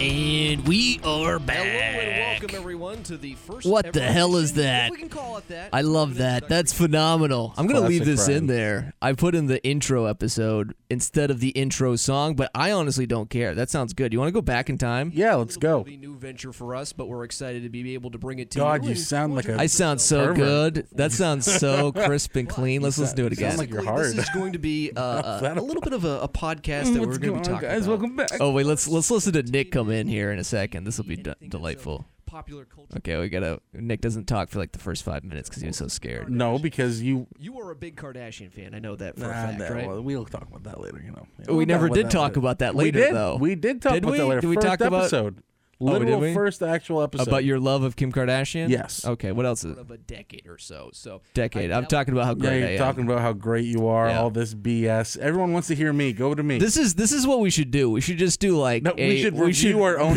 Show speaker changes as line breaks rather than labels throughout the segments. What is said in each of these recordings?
And we are back.
Hello and welcome everyone to the first.
What
ever
the hell is
edition, if
that?
we can call it that.
I
of
love
an
that. That's
introductory-
phenomenal. I'm going to leave
Classic
this in
Brian.
there. I put in the intro episode instead of the intro song, but I honestly don't care. That sounds good. You want to go back in time?
Yeah, let's
It'll
go.
be a new venture for us, but we're excited to be able to bring it to
God,
you.
you
and
sound like
watch
a-
I sound so
Pervert.
good. That sounds so crisp and clean. Let's let's do it
sound
again.
like you're
Basically, This
hard.
is going to be uh, a, a little bit of a, a podcast that we're
What's
going to be
going on,
talking
guys?
about.
Welcome back.
Oh wait, let's let's listen to Nick come in here in a second. This will be d-
Anything that's of
delightful.
Popular culture.
Okay, we gotta. Nick doesn't talk for like the first five minutes because he was so scared.
No, because you.
You are a big Kardashian fan. I know that for
Nah,
a fact,
nah,
right?
well, we'll talk about that later. You know.
We
We'll
never
about
did talk about that later,
we did.
though.
We did talk
Did
about
we?
that later.
Did we
first
talk about- Oh,
episode?
did
Literal
we?
first actual episode
About your love of Kim Kardashian?
Yes.
Okay. What else? Is,
Of a decade or so. So
decade.
I-
I'm talking about how
Yeah,
great
you're
I am.
talking about how great you are.
Yeah.
All this BS. Everyone wants to hear me. Go to me.
This is this is what we should do. We should just do like
No, we
a-
should review our own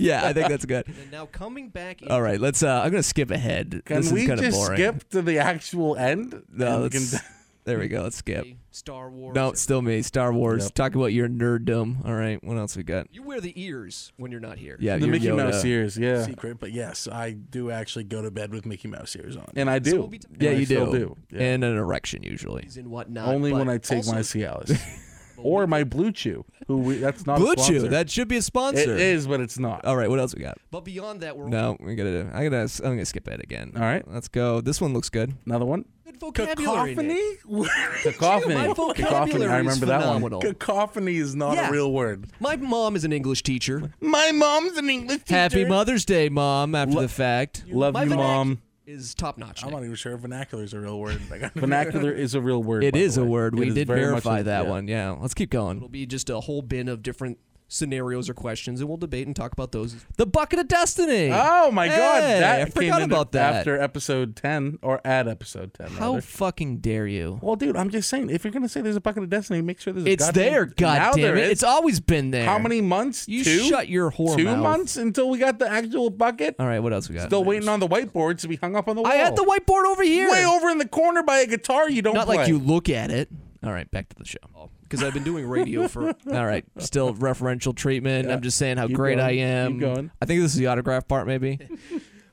Yeah, I think that's good.
And now coming back.
All right, let's. Uh, I'm gonna skip ahead.
Can
this
we
is kind of
just
boring.
skip to the actual end?
No,
And we
let's-
can-
There we go. Let's skip.
into Star Wars.
No, it's still me. Star Wars.
Yep.
Talk about your nerddom. All right. What else we got?
You wear the ears when you're not here.
Yeah,
the
your
Mickey
Yoda.
Mouse ears. Yeah,
secret, but yes, I do actually go to bed with Mickey Mouse ears on.
and I do.
So we'll be t-
Yeah,
And I
you
still
do.
do. Yeah.
And an erection usually.
and whatnot.
Only
but
when I take
also
my Cialis or my Blue Chew. Who we, that's not
Blue
a sponsor.
Chew. That should be a
it
sponsor.
is, but it's not.
All right. What else we got?
But beyond that, we're
No, we gotta. I gotta. I'm gonna skip it again.
All right.
Let's go. This one looks good.
Another one.
good vocabulary. Nick.
Cacophony.
My
Cacophony.
vocabulary
I remember
is
that one.
phenomenal.
Cacophony is not
Yeah.
a real word.
My mom is an English teacher.
My mom's an English teacher.
Happy Mother's Day, Mom. After the fact.
Love
My
you,
vernac-
mom.
Is top notch.
I'm not even sure if vernacular is a real word. I got-
Vernacular is a real word.
It
by
is
the
a
way.
word.
It
We
is
did
very much
verify
a-
that
yeah.
one. Yeah. Let's keep going.
It'll be just a whole bin of different scenarios or questions, and we'll debate and talk about those.
The bucket of destiny.
Oh my god!
Hey,
That
I
came
forgot
in
about that.
after episode ten or at episode ten.
How
rather.
fucking dare you?
Well, dude, I'm just saying. If you're gonna say there's a bucket of destiny, make sure there's. a
It's
goddamn-
there.
Now
God damn
there
it!
is.
It's always been there.
How many months?
You
two.
shut your whore
Two
mouth.
months until we got the actual bucket.
All right. What else we got?
Still waiting on the whiteboard to be hung up on the wall.
I had the whiteboard over here.
way over in the corner by a guitar. You don't
Not
play.
like you look at it. All right. Back to the show.
Oh,
Because I've been doing radio for.
All right, still referential treatment. I'm just saying how
Keep
great
going.
I am.
Keep going.
I think this is the autograph part, maybe.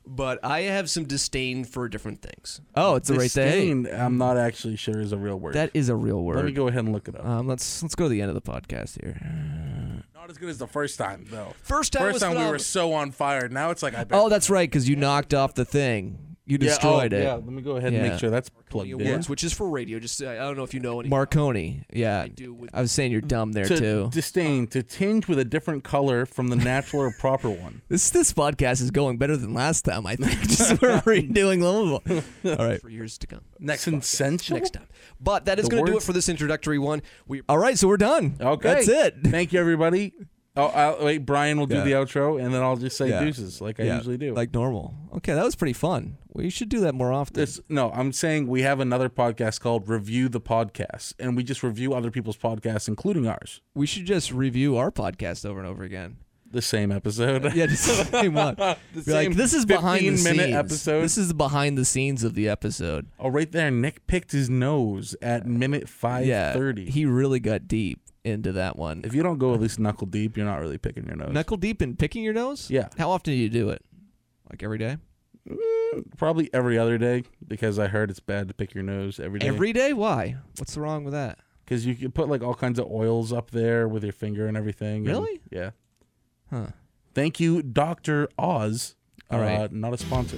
But I have some disdain for different things.
Oh, it's the right thing.
Disdain, I'm not actually sure is a real word.
That is a real word.
Let me go ahead and look it up.
Um, let's let's go to the end of the podcast here.
not as good as the first time though.
First time
First
was
time we were
phenomenal.
so on fire. Now it's like I. bet
Oh, that's right, because you knocked off the thing. You destroyed
yeah, oh,
it.
Yeah, let me go ahead and
Yeah.
make sure that's plugged
The
in.
awards, which is for radio. Just uh, I don't know if you know any.
Marconi. Yeah, I,
do with-
was saying you're dumb there
To
too.
disdain, to tinge with a different color from the natural or proper one.
this this podcast is going better than last time. I think just we're redoing level. All right.
for years to come.
Next Sensual?
Next time. But that is
The
going to do it
words-
for this introductory one. We
All right, so we're done.
Okay.
That's it.
Thank you, everybody. Oh, I'll, wait, Brian will do
Yeah.
the outro, and then I'll just say
Yeah.
deuces like I usually do.
Like normal. Okay, that was pretty fun. We should do that more often.
This no, I'm saying we have another podcast called Review the Podcast, and we just review other people's podcasts, including ours.
We should just review our podcast over and over again.
The same episode.
Yeah, just the same one. Be like
same
this is behind the
15-minute
scenes.
episode.
This is the behind the scenes of the episode.
Oh, right there, Nick picked his nose at minute five thirty.
Yeah, he really got deep into that one.
if you don't go at least knuckle deep, you're not really picking your nose.
Knuckle deep in picking your nose.
Yeah.
How often do you do it? Like every day.
Probably every other day because I heard it's bad to pick your nose every day.
Every day? Why? What's wrong with that?
because you can put like all kinds of oils up there with your finger and everything. and-
Really?
yeah.
Huh.
Thank you, Doctor Oz.
All right.
uh, not a sponsor.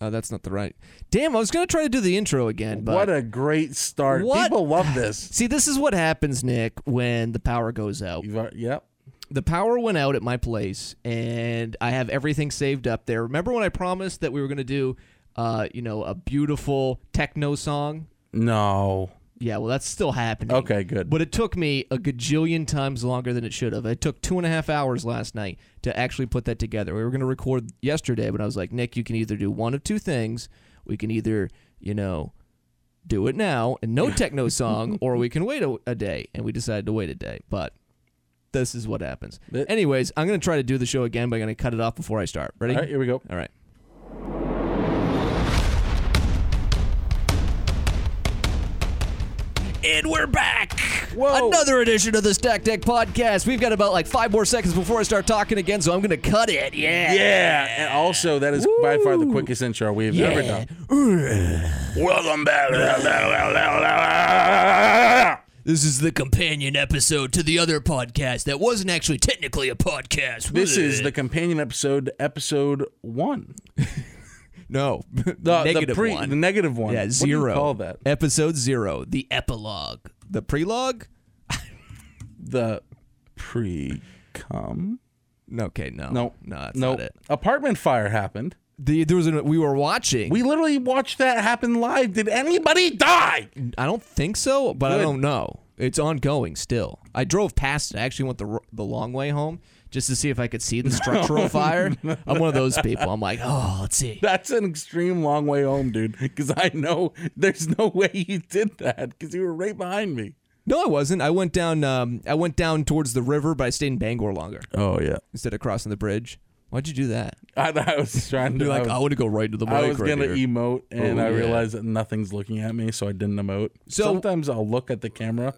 Oh, that's not the right. Damn, I was gonna try to do the intro again, but
what a great start!
What?
People love this.
see, this is what happens, Nick, when the power goes out.
You've, al- yep.
the power went out at my place and I have everything saved up there. Remember when I promised that we were going to do uh, you know, a beautiful techno song?
No.
Yeah, well, that's still happening.
Okay, good.
But it took me a gajillion times longer than it should have. It took two and a half hours last night to actually put that together. We were going to record yesterday, but I was like, Nick, you can either do one of two things. We can either, you know, do it now and no techno song, or we can wait a, a day. And we decided to wait a day. But this is what happens.
It-
Anyways, I'm going to try to do the show again, but I'm going to cut it off before I start. Ready?
All right, here we go.
All right.
And we're back.
Whoa.
Another edition of the Stack Deck Podcast. We've got about like five more seconds before I start talking again, so I'm gonna cut it. Yeah.
Yeah, and also that is by far the quickest intro we've ever
Yeah.
done. Welcome back.
This is the companion episode to the other podcast that wasn't actually technically a podcast.
This is the companion episode, to episode one.
no
The, the
negative
pre-
one.
the negative one.
yeah,
What do you
zero.
call that
Episode zero, the epilogue, the prelogue.
the pre cum.
Okay, no,
No,
no, that's
no.
not it.
Apartment fire happened.
The, there was an, we were watching.
We literally watched that happen live. Did anybody die?
I don't think so, but I
Good.
don't know. It's ongoing still. I drove past it. I actually went the r- the long way home just to see if I could see the structural fire. I'm one of those people. I'm like, oh, let's see.
That's an extreme long way home, dude. Because I know there's no way you did that because you were right behind me.
No, I wasn't. I went down. Um, I went down towards the river, but I stayed in Bangor longer
Oh yeah.
instead of crossing the bridge. Why'd you do that?
I, I was trying to.
You're
I
like,
was-
I want to go right to the mic.
I was
right
gonna
here."
emote, and
Oh,
I
yeah.
realized that nothing's looking at me, so I didn't emote.
So-
sometimes I'll look at the camera.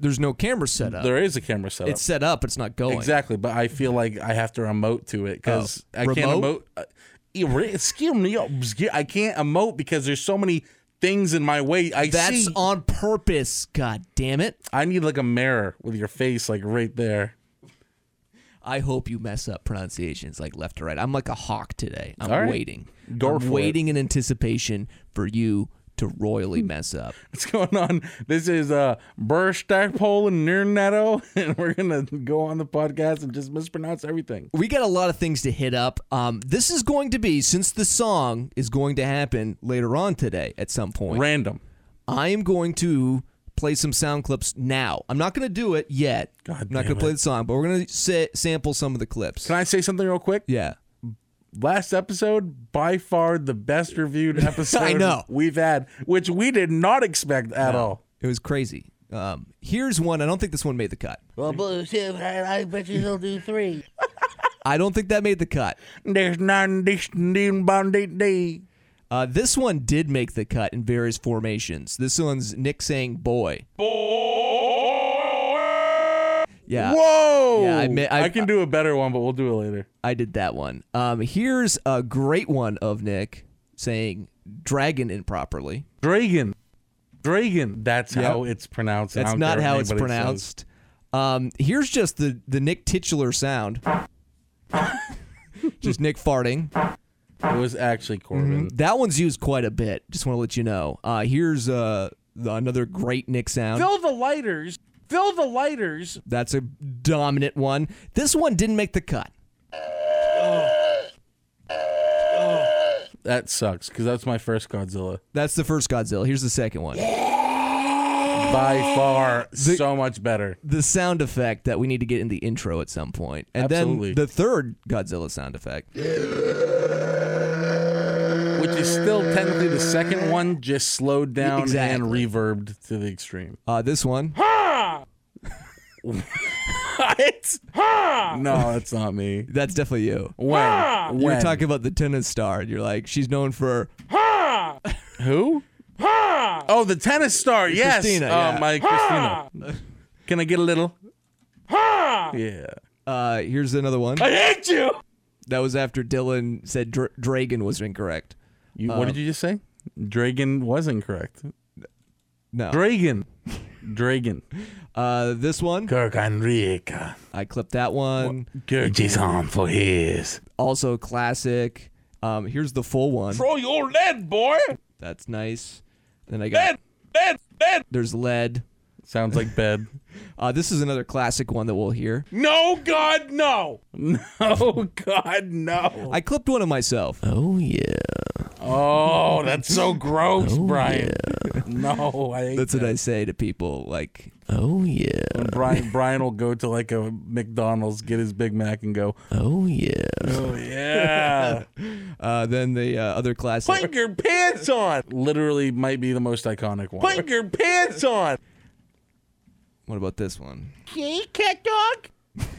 There's no camera set up.
There is a camera set up,
it's set up. It's not going.
exactly, but I feel like I have to emote to it because
Oh,
I can't emote.
remote?
uh, e- re- Excuse me, oh, excuse- I can't emote because there's so many things in my way. I
That's
see.
on purpose. God damn it!
I need like a mirror with your face like right there.
I hope you mess up pronunciations like left to right. I'm like a hawk today. I'm
All right.
waiting.
Go
I'm
for it.
waiting in anticipation for you to
Hmm.
royally mess up.
What's going on? This is uh Burstapole and Nernetto, and we're gonna go on the podcast and just mispronounce everything.
We got a lot of things to hit up. Um, this is going to be since the song is going to happen later on today at some point.
Random.
I am going to play some sound clips now. I'm not going to do it yet.
God
I'm not
damn
going to play the song, but we're going to sa- sample some of the clips.
Can I say something real quick?
yeah.
last episode by far the best reviewed episode
I know.
we've had which we did not expect at all
It was crazy. Um, here's one. I don't think this one made the cut.
Well, bullshit, I, I bet you he'll do three.
I don't think that made the cut.
there's none this new bandit day
Uh, this one did make the cut in various formations. This one's Nick saying "boy." Yeah,
whoa
Yeah, I admit- I-
can do a better one but we'll do it later
I did that one. Um, here's a great one of Nick saying "dragon" improperly.
dragon dragon that's how it's pronounced I
That's
don't
not
care what
how it's
anybody says.
pronounced. Um, here's just the the Nick titular sound. just Nick farting.
it was actually corbin
That one's used quite a bit. Just want to let you know. Uh, here's uh, the, another great Nick sound.
fill the lighters fill the lighters
That's a dominant one. This one didn't make the cut.
that sucks because that's my first godzilla
That's the first Godzilla. Here's the second one.
by far so much better
The sound effect that we need to get in the intro at some point. And
Absolutely.
then the third Godzilla sound effect.
which is still technically the second one, just slowed down and
Exactly.
reverbed to the extreme.
Uh, this one.
No, that's not me.
That's definitely you.
When?
You were
when?
talking about the tennis star, and you're like, she's known for
Who? Oh, the tennis star. Yes.
Christina,
Oh,
yeah.
my Christina. Can I get a little? Yeah.
Uh, here's another one.
I hate you.
That was after Dylan said Dra- Dragon was incorrect.
you
Uh,
what did you just say? Dragon was incorrect.
No.
Dragon. Dragon.
Uh, this one,
Kirk Enrique.
I clipped that one.
It is on for his.
Also classic. Um, here's the full one.
Throw your lead, boy.
That's nice. Then I got
Lead, lead.
there's lead.
Sounds like bed.
Uh, this is another classic one that we'll hear.
no, God, no. No, God, no.
I clipped one of myself. Oh yeah,
Oh, that's so gross, Brian. No, I hate
that's
that.
what I say to people. Like, oh yeah,
When Brian Brian will go to like a McDonald's, get his Big Mac, and go,
oh yeah.
"Oh yeah,
Uh, then the uh, other classic.
put your pants on." Literally, might be the most iconic one. Put your pants on.
What about this one?
See, cat dog?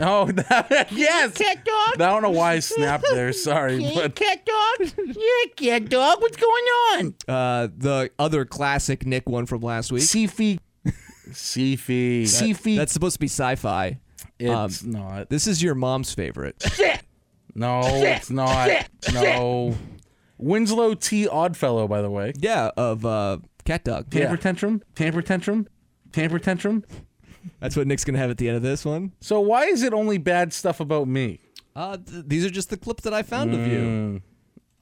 Oh, that, yes. I
Cat dog?
don't know why I snapped there. Sorry,
See,
but
cat dog? Yeah, cat dog, what's going on?
Uh, the other classic Nick one from last week.
Sifi Sifi. um, Sifi.
That's supposed to be sci-fi.
It's not.
This is your mom's favorite.
No, it's not. No. Winslow T. Oddfellow, by the way.
yeah, of uh, Cat Dog.
Tamper tantrum. Tamper tantrum. Tamper tantrum.
That's what Nick's gonna have at the end of this one.
So why is it only bad stuff about me?
Uh, th- these are just the clips that I found of you.
Mm.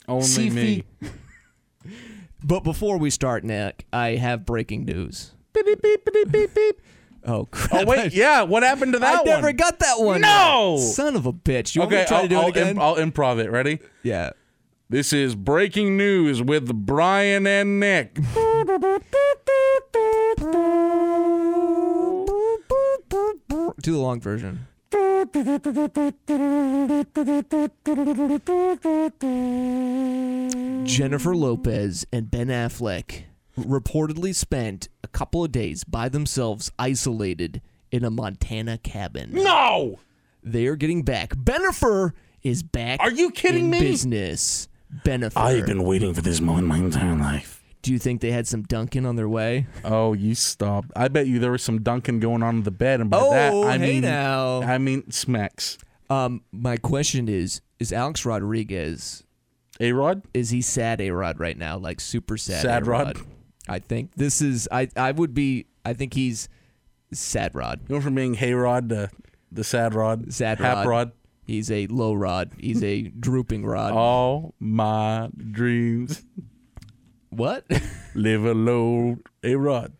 Only
Sifi.
me.
But before we start, Nick, I have breaking news.
Beep, beep, beep, beep, beep.
Oh crap!
Oh wait, yeah. What happened to
I,
that
I never
one?
got that one.
No!
son of a bitch! You want me
okay,
to try
I'll,
to do
I'll
it again?
Imp- I'll improv it. Ready?
yeah.
This is breaking news with Brian and Nick.
Do the long version. Jennifer Lopez and Ben Affleck reportedly spent a couple of days by themselves isolated in a Montana cabin.
No.
They are getting back. Benifer is back.
Are you kidding
in
me?
Business. Benifer.
I've been waiting for this moment my entire life.
Do you think they had some Duncan on their way?
Oh, you stop! I bet you there was some dunking going on in the bed, and by
Oh,
that I
hey
mean
now.
I mean smacks.
Um, my question is: Is Alex Rodriguez
A Rod.
is he sad A Rod right now? Like super sad.
Sad
A-Rod?
Rod?
I think this is. I I would be. I think he's sad Rod.
You went from being Hay Rod to the Sad Rod.
Sad
Hap
Rod.
Rod.
He's a low Rod. He's a drooping Rod.
Oh. All my dreams
What?
live a low A Rod.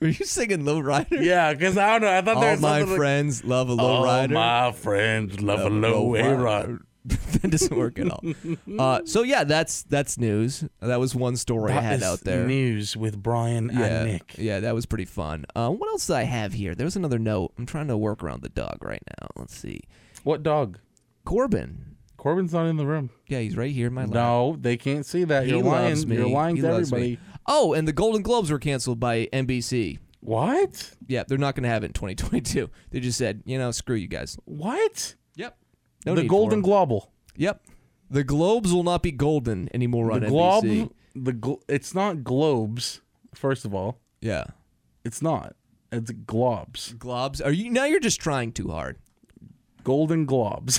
Were you singing Low Rider?
Yeah, because I don't know. I thought there
All
was
my
something like,
friends love a low
All
rider.
Oh, my friends love a low A Rod.
that doesn't work at all. Uh, so yeah, that's that's news. That was one story I had out there.
News with Brian
yeah,
Ah,
and Nick.
yeah, that was pretty fun. Uh, what else did I have here? There was another note. I'm trying to work around the dog right now. Let's see.
What dog?
Corbin.
Corbin's not in the room.
Yeah, he's right here in my lap.
No, they can't see that.
he
You're
loves
lying.
me.
You're lying
He
to
loves me.
everybody.
Oh, and the Golden Globes were canceled by NBC.
What?
Yeah, they're not going to have it in 2022. They just said, you know, screw you guys.
What?
Yep. No
the
need for
Golden
'em.
Globule.
Yep. The Globes will not be golden anymore on
the
NBC.
globe. The gl- It's not globes. First of all,
Yeah.
it's not. It's globes.
Globes. Are you now? You're just trying too hard.
Golden globes.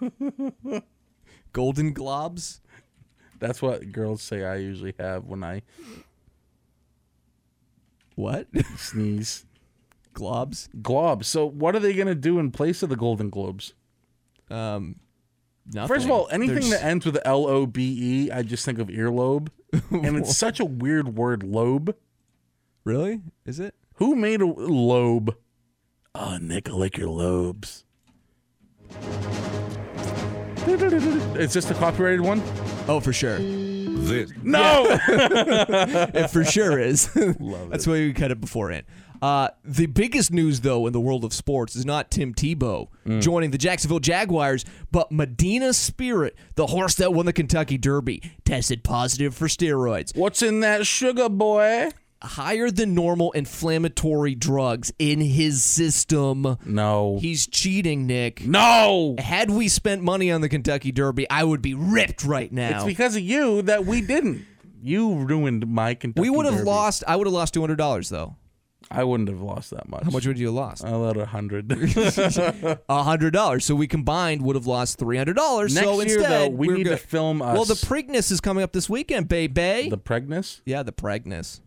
Golden Globes.
That's what girls say. I usually have when I
What?
sneeze.
globes.
Globes. So what are they gonna do in place of the Golden Globes?
Um. Nothing.
First of all, anything
There's-
that ends with L O B E, I just think of earlobe, and it's such a weird word. Lobe.
really is it?
Who made a lobe? Ah,
Oh, Nick, I like your lobes.
It's just a copyrighted one.
Oh, for sure.
This
No.
It for sure is. That's why we cut it beforehand. Uh, the biggest news, though, in the world of sports is not Tim Tebow
Mm.
joining the Jacksonville Jaguars, but Medina Spirit, the horse that won the Kentucky Derby, tested positive for steroids.
What's in that sugar boy?
Higher than normal inflammatory drugs in his system.
No.
He's cheating, Nick.
no.
Had we spent money on the Kentucky Derby, I would be ripped right
It's
now.
because of you that we didn't. You ruined my Kentucky.
We would have
Derby.
lost. I would have lost two hundred dollars though.
I wouldn't have lost that much.
How much would you have lost?
I let a hundred.
hundred dollars. So we combined would have lost three hundred dollars.
Next
so
year,
instead,
though, we
we're
need to
go-
film us.
Well, the Preakness is coming up this weekend, baby.
the pregness.
yeah, the Preakness.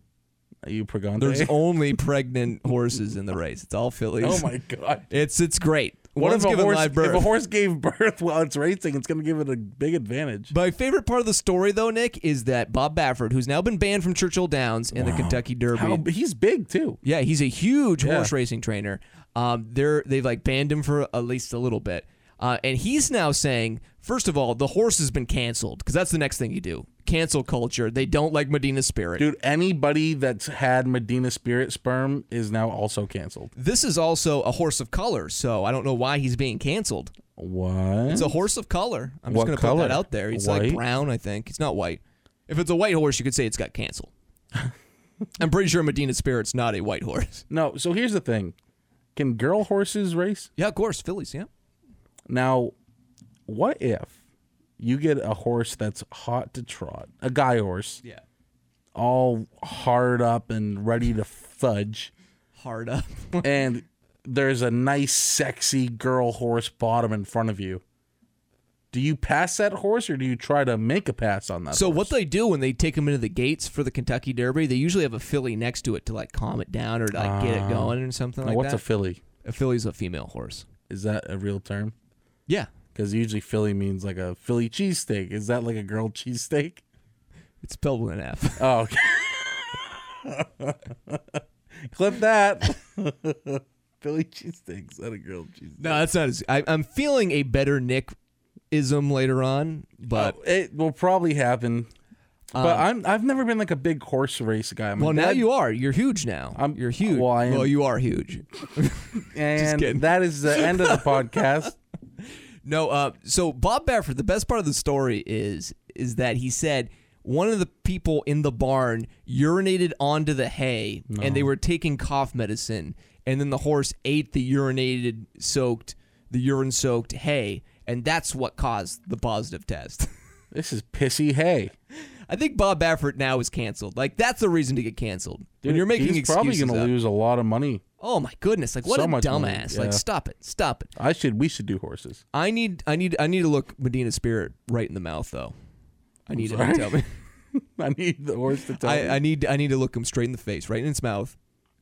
Are you pregante?
There's only pregnant horses in the race. It's all fillies.
oh my god.
It's it's great.
What
One's
if a
given
horse?
live birth.
If a horse gave birth while it's racing, it's going to give it a big advantage.
My favorite part of the story, though, Nick, is that Bob Baffert, who's now been banned from Churchill Downs and the Kentucky Derby,
How, he's big too.
Yeah, he's a huge horse racing trainer. Um, they're they've like banned him for at least a little bit, uh, and he's now saying, first of all, the horse has been canceled because that's the next thing you do. Cancel culture. They don't like Medina Spirit.
Dude, anybody that's had Medina Spirit sperm is now also canceled.
This is also a horse of color, so I don't know why he's being canceled.
What?
It's a horse of color. I'm
What
just gonna put
color?
that out there. He's
White?
like brown, I think. He's not white. If it's a white horse, you could say it's got canceled. I'm pretty sure Medina Spirit's not a white horse.
no, so here's the thing. Can girl horses race?
Yeah, of course, Phillies. Yeah.
Now, what if you get a horse that's hot to trot, a guy horse,
Yeah.
all hard up and ready to fudge,
hard up.
and there's a nice, sexy girl horse bottom in front of you. Do you pass that horse or do you try to make a pass on that?
So
horse?
what they do when they take them into the gates for the Kentucky Derby, they usually have a filly next to it to like calm it down or to, like get it going or something
Ah. Now,
like
what's
that.
a filly?
a filly's a female horse.
Is that a real term?
Yeah,
Because usually filly means like a Philly cheesesteak. Is that like a grilled cheesesteak?
it's spelled with an F.
Oh, okay. clip that. Philly cheesesteaks, not a grilled cheesesteak. Oh,
no, that's not. As, I, I'm feeling a better Nick ism later on, but Um,
It will probably happen. But I'm I've never been like a big horse race guy. My
well, now
dad-
you are. You're huge now.
I'm-
You're huge.
well, I am-
well, you are huge.
and
kidding.
that is the end of the podcast.
No, uh, so Bob Baffert, the best part of the story is is that he said one of the people in the barn urinated onto the hay and they were taking cough medicine and then the horse ate the urinated soaked the urine soaked hay and that's what caused the positive test.
This is pissy hay.
I think Bob Baffert now is canceled. Like that's the reason to get canceled. when
Dude,
you're making
he's probably
excuses.
gonna
up.
lose a lot of money.
Oh my goodness, like what
So
a
much money,
dumbass.
yeah.
Like stop it. Stop it.
I should we should do horses.
I need I need I need to look Medina Spirit right in the mouth though. I need him to tell me.
I need the horse to tell.
I,
me.
I need I need to look him straight in the face, right in its mouth,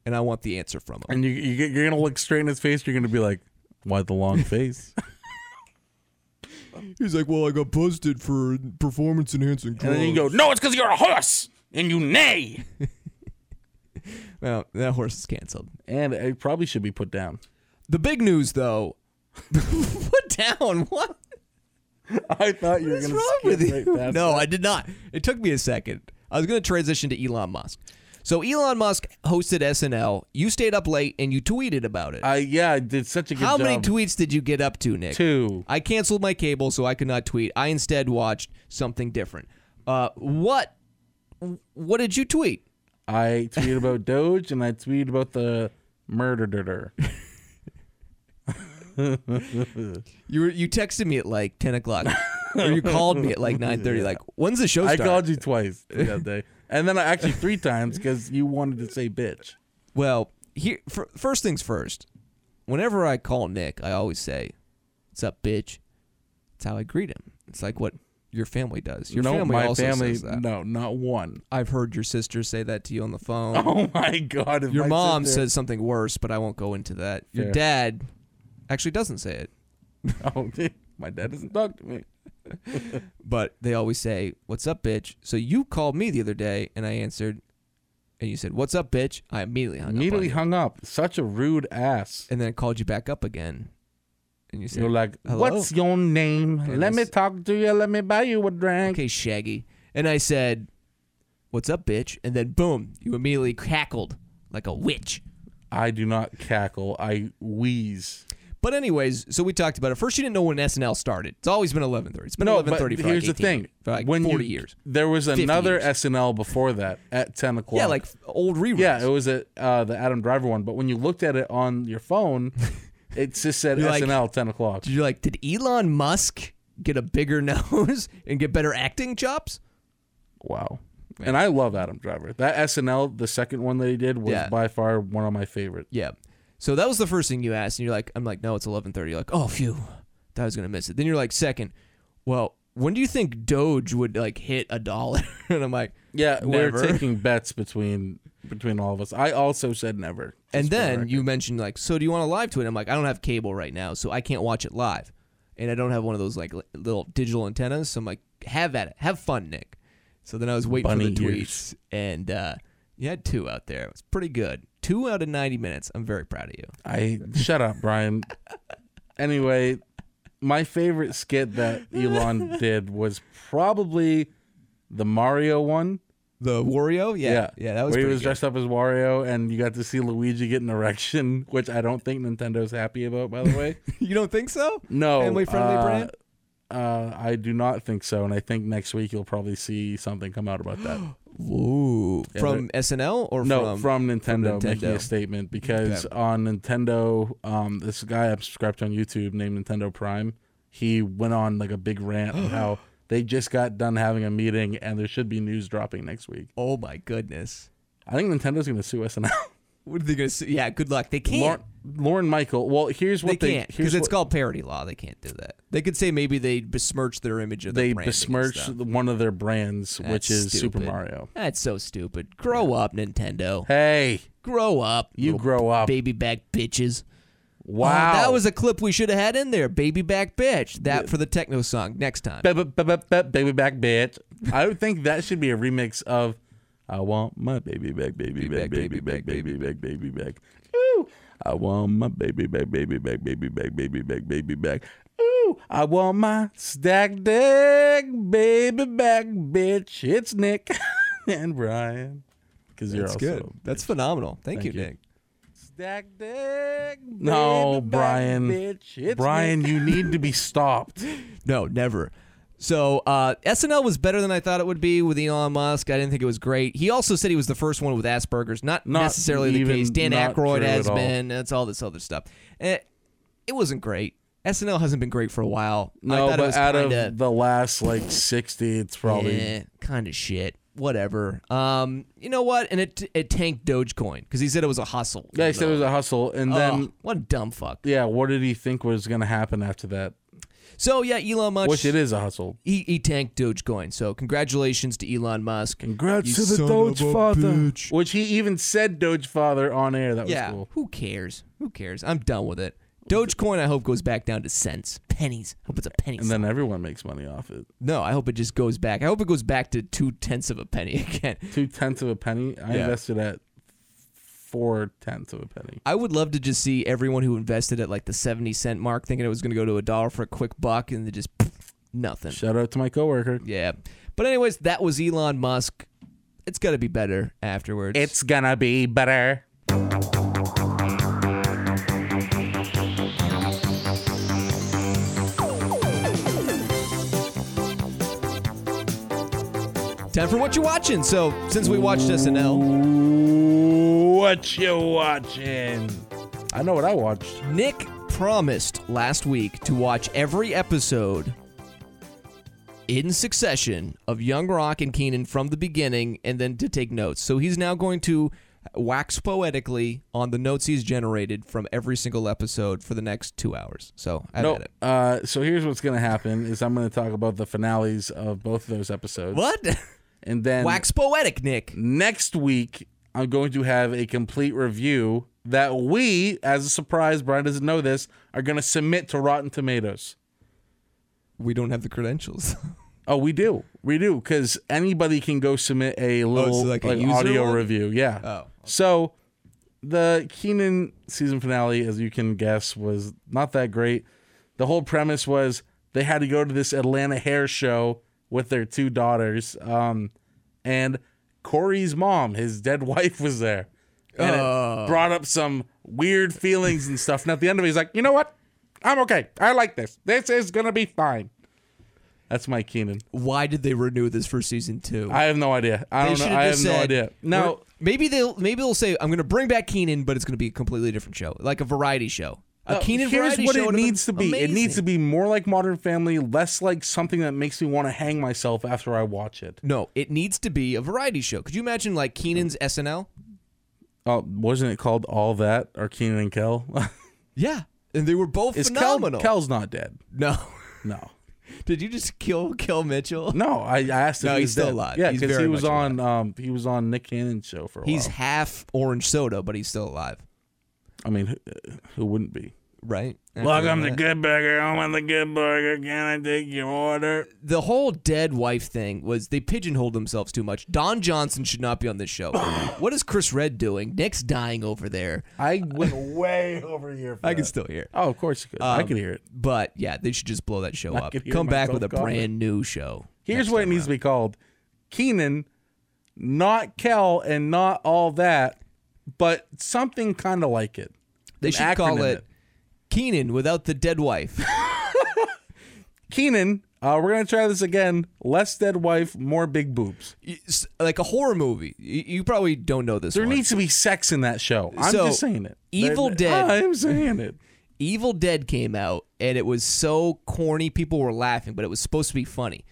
and I want the answer from him.
and you, you get- you're gonna look straight in his face. You're gonna be like, "Why the long face?"
He's like, "Well, I got busted for performance enhancing."
and then you go, "No, it's because you're a horse and you neigh."
Well, that horse is canceled.
And it probably should be put down.
The big news, though. Put down what?
I thought you were
What's
gonna
wrong
skip
with
right
you?
past
no,
that.
I did not. It took me a second. I was going to transition to Elon Musk. So Elon Musk hosted SNL. You stayed up late and you tweeted about it.
I yeah, I did such a good
How
job.
many tweets did you get up to, Nick?
Two.
I canceled my cable, so I could not tweet. I instead watched something different. Uh, what? What did you tweet?
I tweeted about Doge and I tweeted about the murderer.
You were, you texted me at like ten o'clock, or you called me at like nine thirty. Like, when's the show
I
start?
called you twice that day, and then I actually three times because you wanted to say bitch.
Well, here fir- first things first. Whenever I call Nick, I always say, "What's up, bitch?" It's how I greet him. It's like what your family does. Your
no,
family
my
also
family.
says that.
No, not one.
I've heard your sister say that to you on the phone.
Oh my god! If
Your
my
mom
sister-
says something worse, but I won't go into that. Your
Fair.
dad actually doesn't say it,
"Oh, my dad doesn't talk to me."
but they always say, "What's up, bitch?" So you called me the other day, and I answered, and you said, "What's up, bitch?" I immediately hung
Immediately
up, on you.
hung up. Such a rude ass.
and then I called you back up again, and you said,
You're like,
Hello?
"What's your name?
And
Let
I
me
s-
talk to you. Let me buy you a drink."
"Okay, Shaggy," and I said, "What's up, bitch?" And then boom, you immediately cackled like a witch.
I do not cackle. I wheeze.
But anyways, so we talked about it. First, you didn't know when SNL started. It's always been 11:30. It's been
No,
11:30
but
for like
here's the
18
thing.
for like
when
40
you,
years.
there was
50
another
years.
SNL before that at ten o'clock.
Yeah, like old reruns.
yeah, it was a, uh, the Adam Driver one. But when you looked at it on your phone, it just said
You're like-
SNL ten o'clock.
Did you like? Did Elon Musk get a bigger nose and get better acting chops?
Wow. And I love Adam Driver. That SNL, the second one that he did, was
Yeah.
by far one of my favorite.
Yeah. So that was the first thing you asked, and you're like, I'm like, no, it's 11:30. You're like, oh, phew, that was gonna miss it. Then you're like, second, well, when do you think Doge would like hit a dollar? and I'm like,
Yeah, we're
Never.
taking bets between between all of us. I also said never.
and
Just for the
then
record.
you mentioned like, so do you want to live tweet? I'm like, I don't have cable right now, so I can't watch it live, and I don't have one of those like li- little digital antennas. So I'm like, have at it, have fun, Nick. So then I was waiting
Bunny
for the tweets,
ears.
and uh, you had two out there. It was pretty good. Two out of 90 minutes. I'm very proud of you.
I shut up, Brian. anyway, my favorite skit that Elon did was probably the Mario one.
The Wario, yeah, yeah, that was
where he
pretty
was
good.
dressed up as Wario, and you got to see Luigi get an erection, which I don't think Nintendo's happy about, by the way.
you don't think so?
No,
family friendly
uh,
brand.
Uh, I do not think so, and I think next week you'll probably see something come out about that.
Whoa, from SNL or
No,
from,
from, Nintendo, making
Nintendo.
a statement because on Nintendo, um, this guy I'm subscribed to on YouTube named Nintendo Prime, he went on like a big rant on how they just got done having a meeting and there should be news dropping next week.
Oh my goodness.
I think Nintendo's going to sue SNL.
What are they gonna? Say? Yeah, good luck. They can't.
Lauren, Lauren Michael. Well, here's
they
what they,
can't
here's
because it's
what-
called parody law. They can't do that. They could say maybe they besmirch their image of their
they
branding and
besmirched
stuff.
one of their brands, which
That's
is Super
stupid.
Mario.
That's so stupid. Grow up, Nintendo.
Hey,
Grow up.
you
little
grow up.
baby back bitches. Oh,
Wow,
that was a clip we should have had in there. Baby back bitch. That for the techno song next time.
Ba- ba- ba- ba- ba- baby back bitch. I would think that should be a remix of I want my baby back, baby back, baby back, baby back, baby back. Ooh, I want my baby back, baby back, baby back, baby back, baby back. Ooh, I want my stack deck, baby back, bitch. It's Nick and Brian. Because you're
That's
also
good. That's phenomenal. Thank,
Thank
you,
you.
Nick.
stack deck. No,
back,
Brian.
bitch. It's
Brian, you need to be stopped.
No, never. So uh, SNL was better than I thought it would be with Elon Musk. I didn't think it was great. He also said he was the first one with Asperger's. Not,
Not
necessarily the
even-
case. Dan
not
Aykroyd
true
has
at all.
been. That's all this other stuff. Eh, it wasn't great. SNL hasn't been great for a while. I
No,
thought it
but
was
out
kinda,
of the last like sixty, it's probably
kind of shit. Whatever. Um, you know what? And it it tanked Dogecoin because he said it was a hustle.
Yeah, he said it was a hustle, and
Ugh,
then
what a dumb fuck.
yeah, what did he think was going to happen after that?
So yeah, Elon Musk.
Which it is a hustle.
He, he tanked Dogecoin. So congratulations to Elon Musk.
Congrats
You son of a bitch.
which he even said Doge Father on air. That was
Yeah.
cool.
Who cares? Who cares? I'm done with it. Dogecoin, I hope goes back down to cents, pennies. hope it's a penny.
And then everyone makes money off it.
no, I hope it just goes back. I hope it goes back to two tenths of a penny again.
Two tenths of a penny. I
Yeah.
invested at four tenths of a penny.
I would love to just see everyone who invested at like the seventy cent mark, thinking it was going to go to a dollar for a quick buck, and then just pff, nothing.
Shout out to my coworker.
Yeah. But anyways, that was Elon Musk. It's got to be better afterwards.
gonna be better.
time for what you watching. So since we watched SNL,
What you watching? I know what I watched.
Nick promised last week to watch every episode in succession of Young Rock and Keenan from the beginning and then to take notes. So he's now going to wax poetically on the notes he's generated from every single episode for the next two hours. So I
No.
did it.
Uh, so here's what's gonna happen: is I'm gonna talk about the finales of both of those episodes.
What?
And then
wax poetic, Nick.
next week, I'm going to have a complete review that we, as a surprise, Brian doesn't know this, are going to submit to Rotten Tomatoes.
We don't have the credentials.
Oh, we do. We do. Because anybody can go submit a little
Oh, like
like
a user
audio
one?
review. Yeah.
Oh.
So the Keenan season finale, as you can guess, was not that great. The whole premise was they had to go to this Atlanta hair show with their two daughters. Um, and Corey's mom, his dead wife, was there. And
Oh.
it brought up some weird feelings and stuff. And at the end of it, he's like, you know what? I'm okay. I like this. This is going to be fine. That's my Keenan.
Why did they renew this for season two?
I have no idea. I
They
don't know.
should've
I have
just
no
said,
idea.
"We're-
Now,
maybe they'll maybe they'll say I'm going to bring back Keenan, but it's going to be a completely different show, like a variety show. A Keenan
here's
variety
what
show
it
would've been
needs to be. It needs to
amazing.
be more like Modern Family, less like something that makes me want to hang myself after I watch it.
No, it needs to be a variety show. Could you imagine like Keenan's SNL?
Oh, wasn't it called All That or Keenan and Kel?
Yeah, and they were both
Is Kel
phenomenal.
Kel's not dead?
no,
No,
did you just kill Kel Mitchell?
no. I, I asked. If
No,
he
he's
was
still
dead.
alive.
Yeah,
He's
because
very
he was
much
on. Um, he was on Nick Cannon's show for a
He's
while.
half orange soda, but he's still alive,
I mean, who, who wouldn't be?
right?
Welcome to Good Burger. I want the Good Burger. Can I take your order?
the whole dead wife thing was they pigeonholed themselves too much. Don Johnson should not be on this show. what is Chris Red doing? Nick's dying over there. Uh,
I would.
Way over here. For
I can
that.
still hear. it.
oh, of course you could. I
Um,
could hear it.
But yeah, they should just blow that show
I
up.
could hear
Come back
myself
with a
coughing.
brand new show.
Here's
next
what it
time
needs to be called: Keenan, not Kel, and not all that, but something kind of like it.
around. They
An
should call
acronym.
it, Keenan without the dead wife.
Keenan. Uh, we're gonna try this again. Less dead wife, more big boobs.
It's like a horror movie. You, you probably don't know this
There
one.
needs to be sex in that show. I'm
So,
just saying it.
Evil Dead-
I'm saying it.
Evil Dead came out and it was so corny people were laughing, but it was supposed to be funny.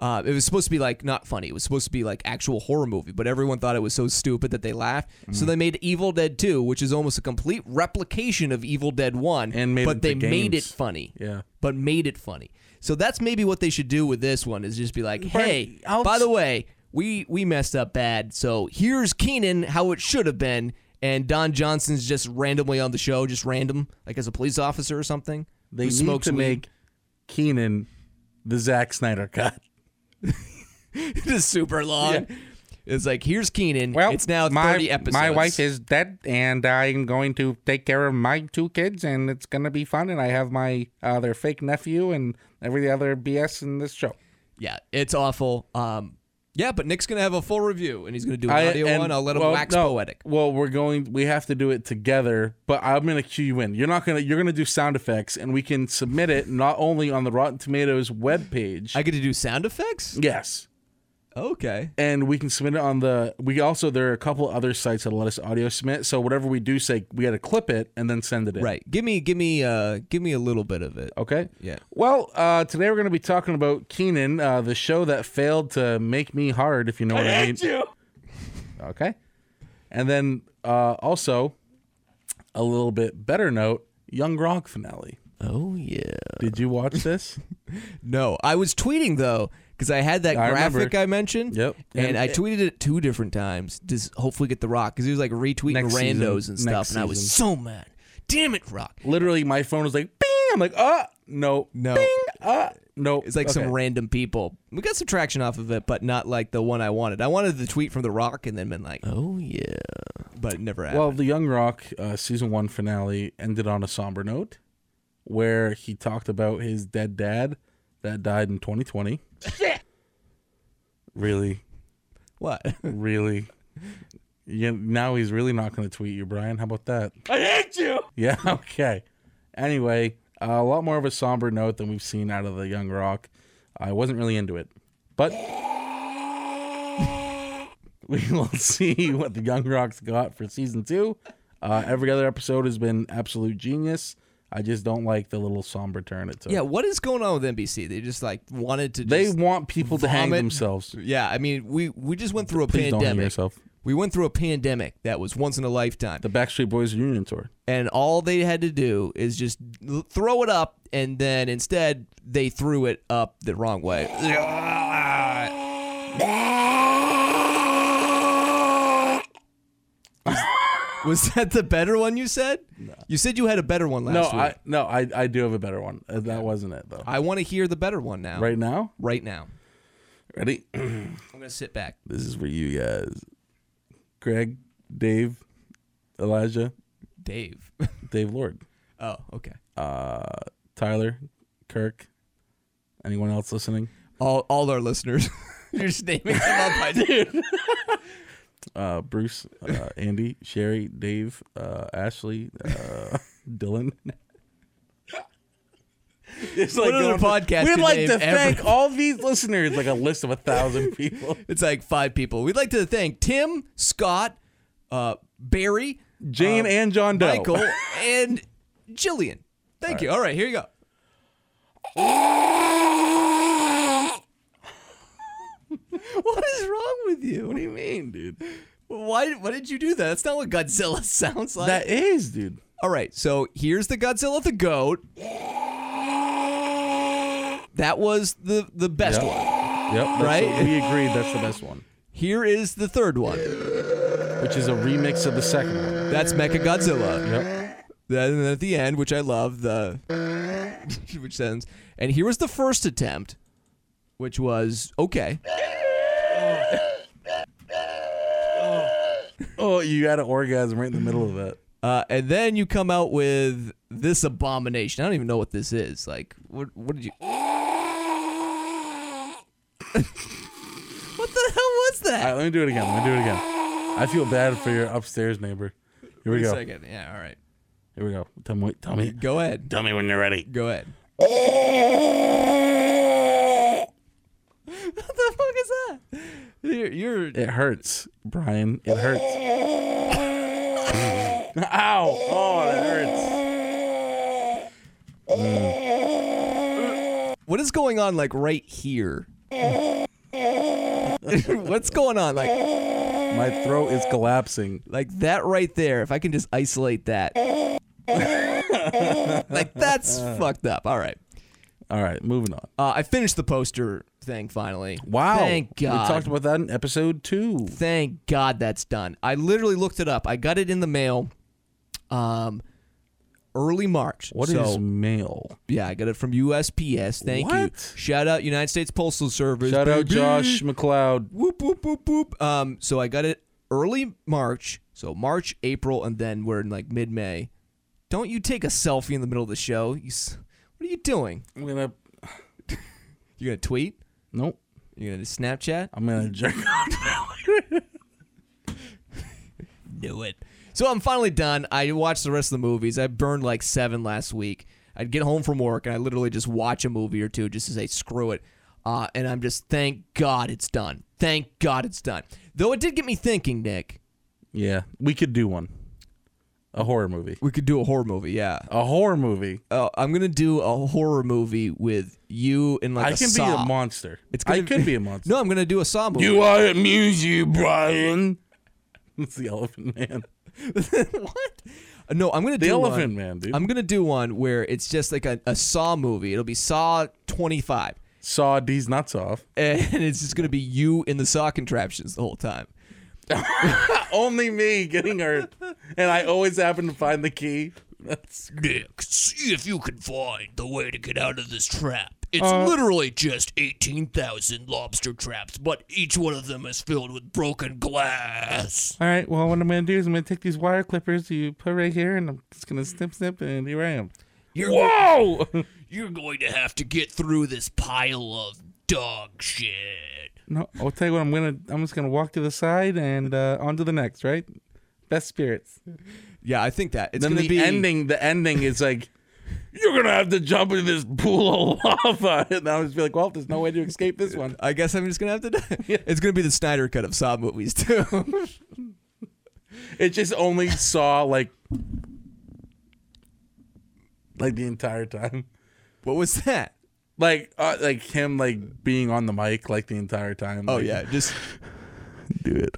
Uh, it was supposed to be like not funny. It was supposed to be like actual horror movie, but everyone thought it was so stupid that they laughed. So
Mm.
they made Evil Dead Two, which is almost a complete replication of Evil Dead One,
And made
but
it
they
the
made it
games.
funny.
Yeah.
but made it funny. So that's maybe what they should do with this one is just be like, hey,
I'll-
by the way, we we messed up bad. So here's Keenan how it should have been, and Don Johnson's just randomly on the show, just random, like as a police officer or something.
They
who
need
smokes
to
weed.
make Keenan the Zack Snyder cut.
just super long. It's like here's Keenan. it's now
my,
thirty episodes.
My wife is dead, and I'm going to take care of my two kids, and it's gonna be fun. And I have my uh, their fake nephew and every other BS in this show.
yeah, it's awful. Um, yeah, but Nick's gonna have a full review and he's gonna do an
I-
audio
and-
one. I'll let him
well,
wax
no,
poetic.
Well, we're going. We have to do it together. But I'm gonna cue you in. You're not gonna. You're gonna do sound effects, and we can submit it not only on the Rotten Tomatoes webpage.
I get to do sound effects.
yes.
Okay.
And we can submit it on the. We also there are a couple other sites that let us audio submit. So whatever we do say, we got to clip it and then send it in.
Right. Give me, give me, uh, give me a little bit of it.
Okay.
Yeah.
Well, uh, today we're going to be talking about Keenan, uh, the show that failed to make me hard, if you know what I mean.
you.
Okay. And then uh, also, a little bit better note Young Rock finale.
Oh yeah.
Did you watch this?
No, I was tweeting though because I had that
I remember.
graphic I mentioned.
Yep.
And,
And
I
it-
tweeted it two different times. Just hopefully get the Rock because he was like retweeting
Next season.
randos and stuff,
Next
and I was so mad. Damn it, Rock.
Literally, my phone was like, bing! I'm like, uh, no.
No.
Bing! Uh, no.
It's like some
Okay.
random people. We got some traction off of it, but not like the one I wanted. I wanted the tweet from The Rock and then been like, oh, yeah. But it never happened.
Well, the Young Rock uh, season one finale ended on a somber note where he talked about his dead dad that died in 2020. really?
what?
Really? Yeah, now he's really not going to tweet you, Brian. How about that?
I hate you.
Yeah, okay. Anyway, uh, a lot more of a somber note than we've seen out of the Young Rock. I wasn't really into it. But we will see what the Young Rock's got for season two. Uh, every other episode has been absolute genius. I just don't like the little somber turn it took.
yeah, what is going on with NBC? They just like wanted to
they
just.
want people to hang
vomit.
themselves.
yeah, I mean, we, we just went through a
Please don't hang
pandemic.
yourself.
We went through a pandemic that was once in a lifetime.
The Backstreet Boys reunion tour.
and all they had to do is just l- throw it up, and then instead they threw it up the wrong way. Was that the better one you said? You said you had a better one last
No,
week.
I no, I, I do have a better one. Uh, That wasn't it though.
I want to hear the better one now.
Right now,
Right now.
ready?
I'm gonna sit back.
This is for you guys. Greg, Dave, Elijah,
Dave.
Dave Lord,
oh, okay.
Tyler, Kirk. Anyone else listening?
All all our listeners. You're just naming them up by dude.
Uh, Bruce, uh, Andy, Sherry, Dave, uh, Ashley, uh, Dylan. It's
What other
going through-
podcast
We'd
could
like
name
to
every-
thank all these listeners, like a list of a thousand people.
It's like five people. We'd like to thank Tim, Scott, uh, Barry,
Jane
um,
and John Doe.
Michael, and Jillian. Thank you. All right, here you go. what is wrong with you? What do you mean, dude? Why? Why did you do that? That's not what Godzilla sounds like.
That is, dude.
All right, so here's the Godzilla the goat. That was the the best
Yep.
one.
Yep. that's-
Right?
We agreed that's the best one,
Here is the third one.
which is a remix of the second one.
That's Mecha Godzilla.
Yep.
Then at the end, which I love, the which sounds. And here was the first attempt, which was okay.
Oh, you had an orgasm right in the middle of it.
Uh, and then you come out with this abomination. I don't even know what this is. Like, what? What did you? what the hell was
All
that?
right, let me do it again. Let me do it again. I feel bad for your upstairs neighbor. Here we
Wait a
go.
second. Yeah. All right.
Here we go. Tell me. Tell me.
Go ahead.
Tell me when you're ready.
Go ahead. what the fuck is that? You're, you're
It hurts, Brian. It hurts. Ow! Oh, that hurts.
what is going on like right here What's going on? Like,
My throat is collapsing.
like that right there. If I can just isolate that, like that's fucked up. All right.
All right, moving on.
Uh, I finished the poster thing finally.
Wow.
Thank God.
We talked about that in episode two.
Thank God that's done. I literally looked it up. I got it in the mail. Um, early March.
What is
so,
mail?
Yeah, I got it from USPS. Thank you.
What?
Shout out United States Postal Service.
Shout out
baby.
Josh McLeod.
Whoop whoop whoop whoop. Um, so I got it early March. So March, April, and then we're in like mid May. Don't you take a selfie in the middle of the show? You, s- what are you doing?
I'm gonna
You're gonna tweet?
nope.
You're gonna Snapchat?
I'm gonna jerk
knew it. So I'm finally done. I watched the rest of the movies. I burned like seven last week. I'd get home from work and I literally just watch a movie or two just to say screw it. Uh, and I'm just thank God it's done. Thank God it's done. Though it did get me thinking, Nick.
Yeah, we could do one. A horror movie.
We could do a horror movie, yeah.
A horror movie.
Uh, I'm gonna do a horror movie with you and like
I
a
can
Saw.
be a monster.
It's
I
gonna
could be a monster.
No, I'm gonna do a Saw movie.
You are amuse you, Brian. That's the Elephant Man.
what? No, I'm gonna
The
do
Elephant
one.
Man, dude.
I'm gonna do one where it's just like a, a Saw movie. It'll be Saw 25.
Saw D's nuts off.
and it's just gonna be you in the saw contraptions the whole time.
Ah, Only me getting hurt, and I always happen to find the key. That's
Nick, see if you can find the way to get out of this trap. It's
Uh,
literally just 18,000 lobster traps, but each one of them is filled with broken
uh,
glass.
all right. Well, what I'm gonna do is I'm gonna take these wire clippers you put right here, and I'm just gonna snip, snip, and here I am.
You're,
Whoa!
you're going to have to get through this pile of dog shit.
No, I'll tell you what. I'm gonna. I'm just gonna walk to the side and uh, on to the next. Right. Best spirits.
Yeah, I think that it's
then
gonna
the
be
ending. The ending is like. You're gonna have to jump into this pool of lava, and I was like, "Well, there's no way to escape this one."
I guess I'm just gonna have to. It's gonna be the Snyder cut of Saw movies too.
It just only saw like, like the entire time,
what was that?
like, uh, like him like being on the mic like the entire time.
Oh
like,
yeah, just
do it.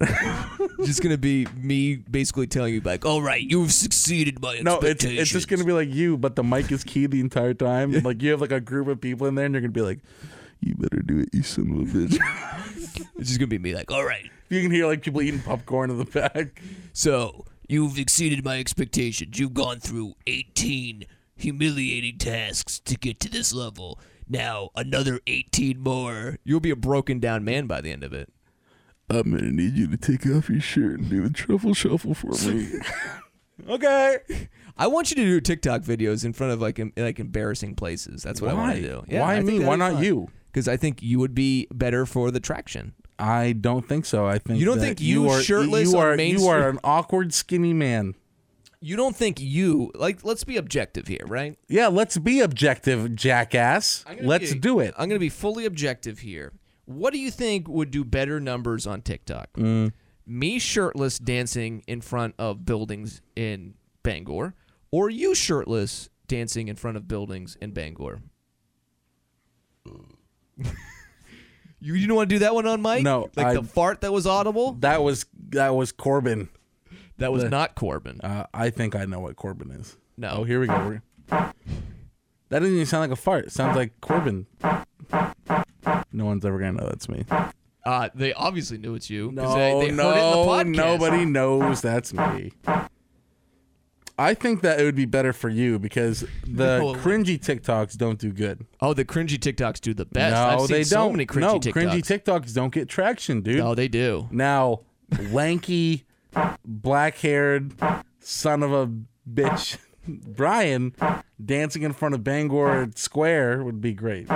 just gonna be me basically telling you like, oh,
All right, you've succeeded my
No, it's
expectations.
it's just gonna be like you, but the mic is key the entire time. Like you have like a group of people in there, and you're gonna be like, "You better do it, you son of a bitch."
it's just gonna be me like,
All right,
you can hear like people eating popcorn in the back.
so you've exceeded my expectations. You've gone through 18 humiliating tasks to get to this level. Now, another 18 more.
you'll be a broken down man by the end of it.
I'm gonna need you to take off your shirt and do a truffle shuffle for me. okay.
I want you to do TikTok videos in front of like em- like embarrassing places. That's what I want to
Why?
do.
Why me? Why not you?
Because I think you would be better for the traction.
I don't think so. I think
You don't
that
think you shirtless
You
on
are
Main
you are
Street-
an awkward skinny man.
You don't think you like? Let's be objective here, right?
Yeah, let's be objective, jackass.
I'm gonna
Let's
be-
do it.
I'm going to be fully objective here. What do you think would do better numbers on TikTok? Me shirtless dancing in front of buildings in Bangor, or you shirtless dancing in front of buildings in Bangor? you didn't want to do that one on Mike?
No,
like the
I-
fart that was audible.
That was that was Corbin.
That was not Corbin.
Uh, I think I know what Corbin is.
No.
Oh, here we go. We're- That doesn't even sound like a fart. It sounds like Corbin. No one's ever gonna know that's me.
Uh, they obviously knew it's you. 'cause they, they heard it in the podcast.
nobody knows that's me. I think that it would be better for you because the
No, it
cringy TikToks don't do good.
Oh, the cringy TikToks do the best.
no,
I've seen
they
so
don't.
many cringy
no,
TikToks.
cringy TikToks don't get traction, dude.
No, Oh, they do.
Now, lanky, black haired son of a bitch, Brian, dancing in front of Bangor Square would be great.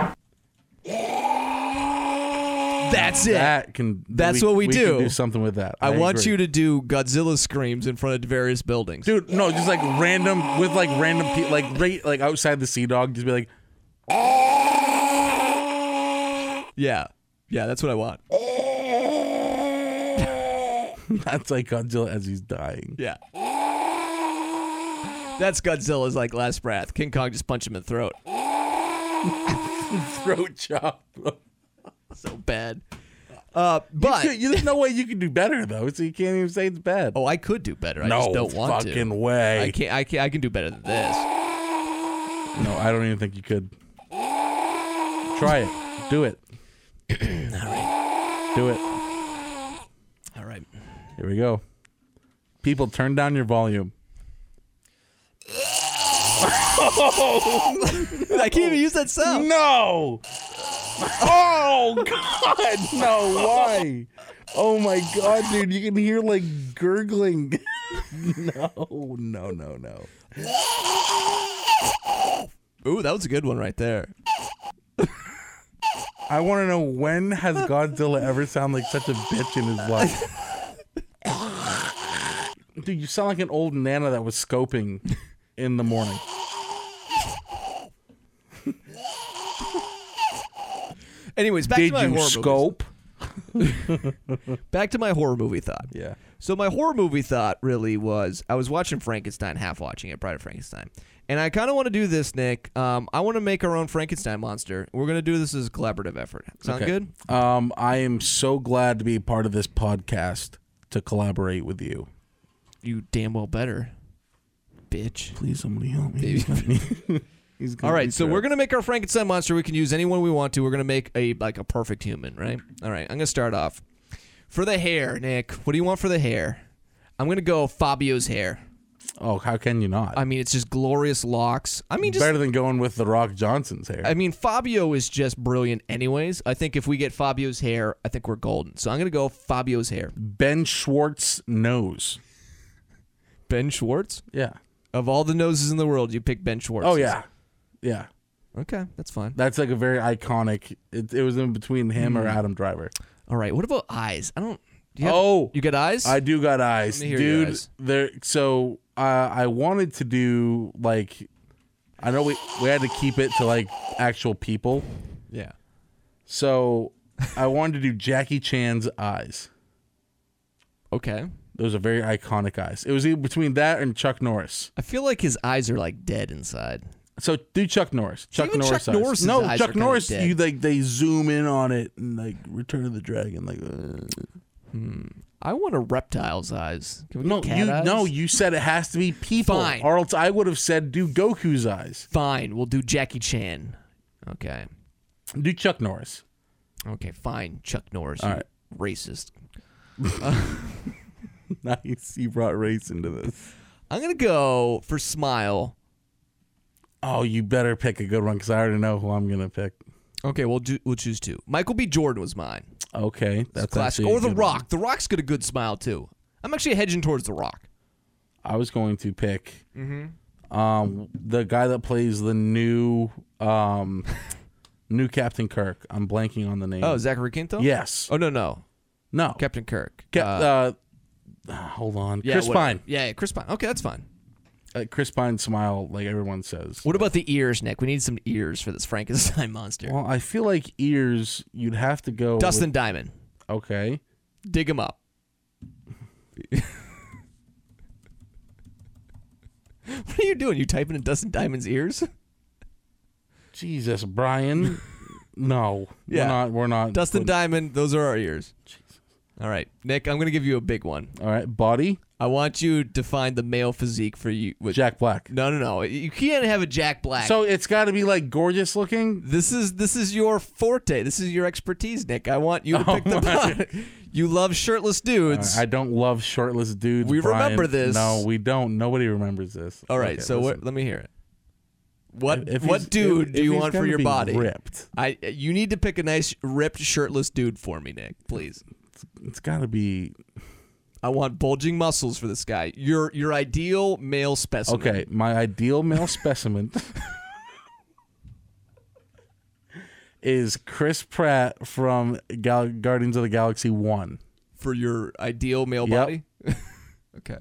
That's it.
That can.
That's what we do.
Can do something with that.
I, want you to do Godzilla screams in front of various buildings.
dude. No, just like random with like random people, like right, like outside the Sea Dog, just be like,
Yeah. Yeah, that's what I want.
that's like Godzilla as he's dying.
Yeah. That's Godzilla's like last breath. King Kong just punched him in the throat.
Throat chop.
so bad. Uh, but
You- there's no way you can do better though. So you can't even say it's bad.
oh, I could do better. I
no
just don't want
fucking
to. I
way.
can't. I can I can do better than this.
No, I don't even think you could. Try it. Do it. Do it.
All right.
Here we go. People, turn down your volume.
I can't even use that sound.
No. Oh God, no! Why? Oh my God, dude! You can hear like gurgling. No, no, no, no.
Ooh, that was a good one right there.
I want to know when has Godzilla ever sound like such a bitch in his life? Dude, you sound like an old nana that was scoping in the morning.
Anyways, back to
Did
my
you
horror movie.
scope?
Back to my horror movie thought.
Yeah.
So my horror movie thought really was I was watching Frankenstein, half watching it, Bride of Frankenstein, and I kind of want to do this, Nick. Um, I want to make our own Frankenstein monster. We're gonna do this as a collaborative effort. Sound good?
Um, I am so glad to be part of this podcast to collaborate with you.
You damn well better, bitch.
Please, somebody help me. He's gonna
All
be
right, so
trapped.
we're gonna make our Frankenstein monster. We can use anyone we want to. We're gonna make a like a perfect human, right? All right, I'm gonna start off for the hair, Nick. What do you want for the hair? I'm gonna go Fabio's hair.
Oh, how can you not?
I mean, it's just glorious locks. I mean, just
Better than going with the Rock Johnson's hair.
I mean, Fabio is just brilliant. Anyways, I think if we get Fabio's hair, I think we're golden. So I'm gonna go Fabio's hair.
ben Schwartz nose.
Ben Schwartz.
Yeah.
Of all the noses in the world, you pick Ben Schwartz.
Oh yeah. Yeah.
Okay, that's fine.
That's like a very iconic. It, it was in between him or Adam Driver.
All right. What about eyes? I don't. do Hmm. you have-
Oh,
you got eyes?
I do got eyes,
Let me hear your
dude.
eyes.
There. So uh, I wanted to do like, I know we we had to keep it to like actual people.
yeah.
So I wanted to do Jackie Chan's eyes.
Okay.
Those are very iconic eyes. It was either between that and Chuck Norris.
I feel like his eyes are like dead inside.
So do Chuck Norris. Chuck
even
Norris.
Chuck
eyes.
Norris's
no,
eyes are
Chuck
kinda
Norris.
dead.
You like they zoom in on it and like Return of the Dragon. Like uh.
I want a reptile's eyes. Can we
no,
get cat
you
eyes?
no, you said it has to be people,
Fine.
or else I would have said do Goku's eyes.
Fine, we'll do Jackie Chan. Okay.
Do Chuck Norris.
Okay, fine. Chuck Norris.
All
you
right.
Racist.
Nice. You brought race into this.
I'm gonna go for smile.
Oh, you better pick a good one because I already know who I'm gonna pick.
Okay, we'll do, we'll choose two. Michael B. Jordan was mine.
Okay, that's
Classic.
actually a
Or The
good
Rock. The Rock's got a good smile too. I'm actually hedging towards The Rock.
one. I was going to pick
Mm-hmm.
um the guy that plays the new um new Captain Kirk. I'm blanking on the name.
Oh, Zachary Quinto.
yes.
Oh no no,
no.
Captain Kirk.
Cap-
Uh,
uh, hold on.
yeah,
Chris
whatever.
Pine.
Yeah, yeah, Chris Pine. Okay, that's fine.
Uh, Chris Pine smile like everyone says.
What about the ears, Nick? We need some ears for this Frankenstein monster.
Well, I feel like ears. You'd have to go. with-
Dustin Diamond.
okay.
Dig him up. what are you doing? You typing in Dustin Diamond's ears?
Jesus, Brian. no.
Yeah.
We're not. We're not.
Dustin
putting-
Diamond, those are our ears. All right, Nick, I'm going to give you a big one.
All right, body
I want you to find the male physique for you. With,
Jack Black.
No, no, no. You can't have a Jack Black.
So it's got to be like gorgeous looking.
this is this is your forte. This is your expertise, Nick. I want you to
Oh,
pick the You love shirtless dudes.
I don't love shirtless dudes.
We
Brian.
remember this.
No, we don't. Nobody remembers this.
All right,
Okay,
so
listen.
what, let me hear it. What
If he's-
what dude
if-
do
if
you
he's
want for
gonna
your
be
body?
Ripped.
I you need to pick a nice ripped shirtless dude for me, Nick, please.
It's got to be
I want bulging muscles for this guy. Your your ideal male specimen.
okay. My ideal male specimen is Chris Pratt from Gal- Guardians of the Galaxy One.
For your ideal male
Yep.
body. okay.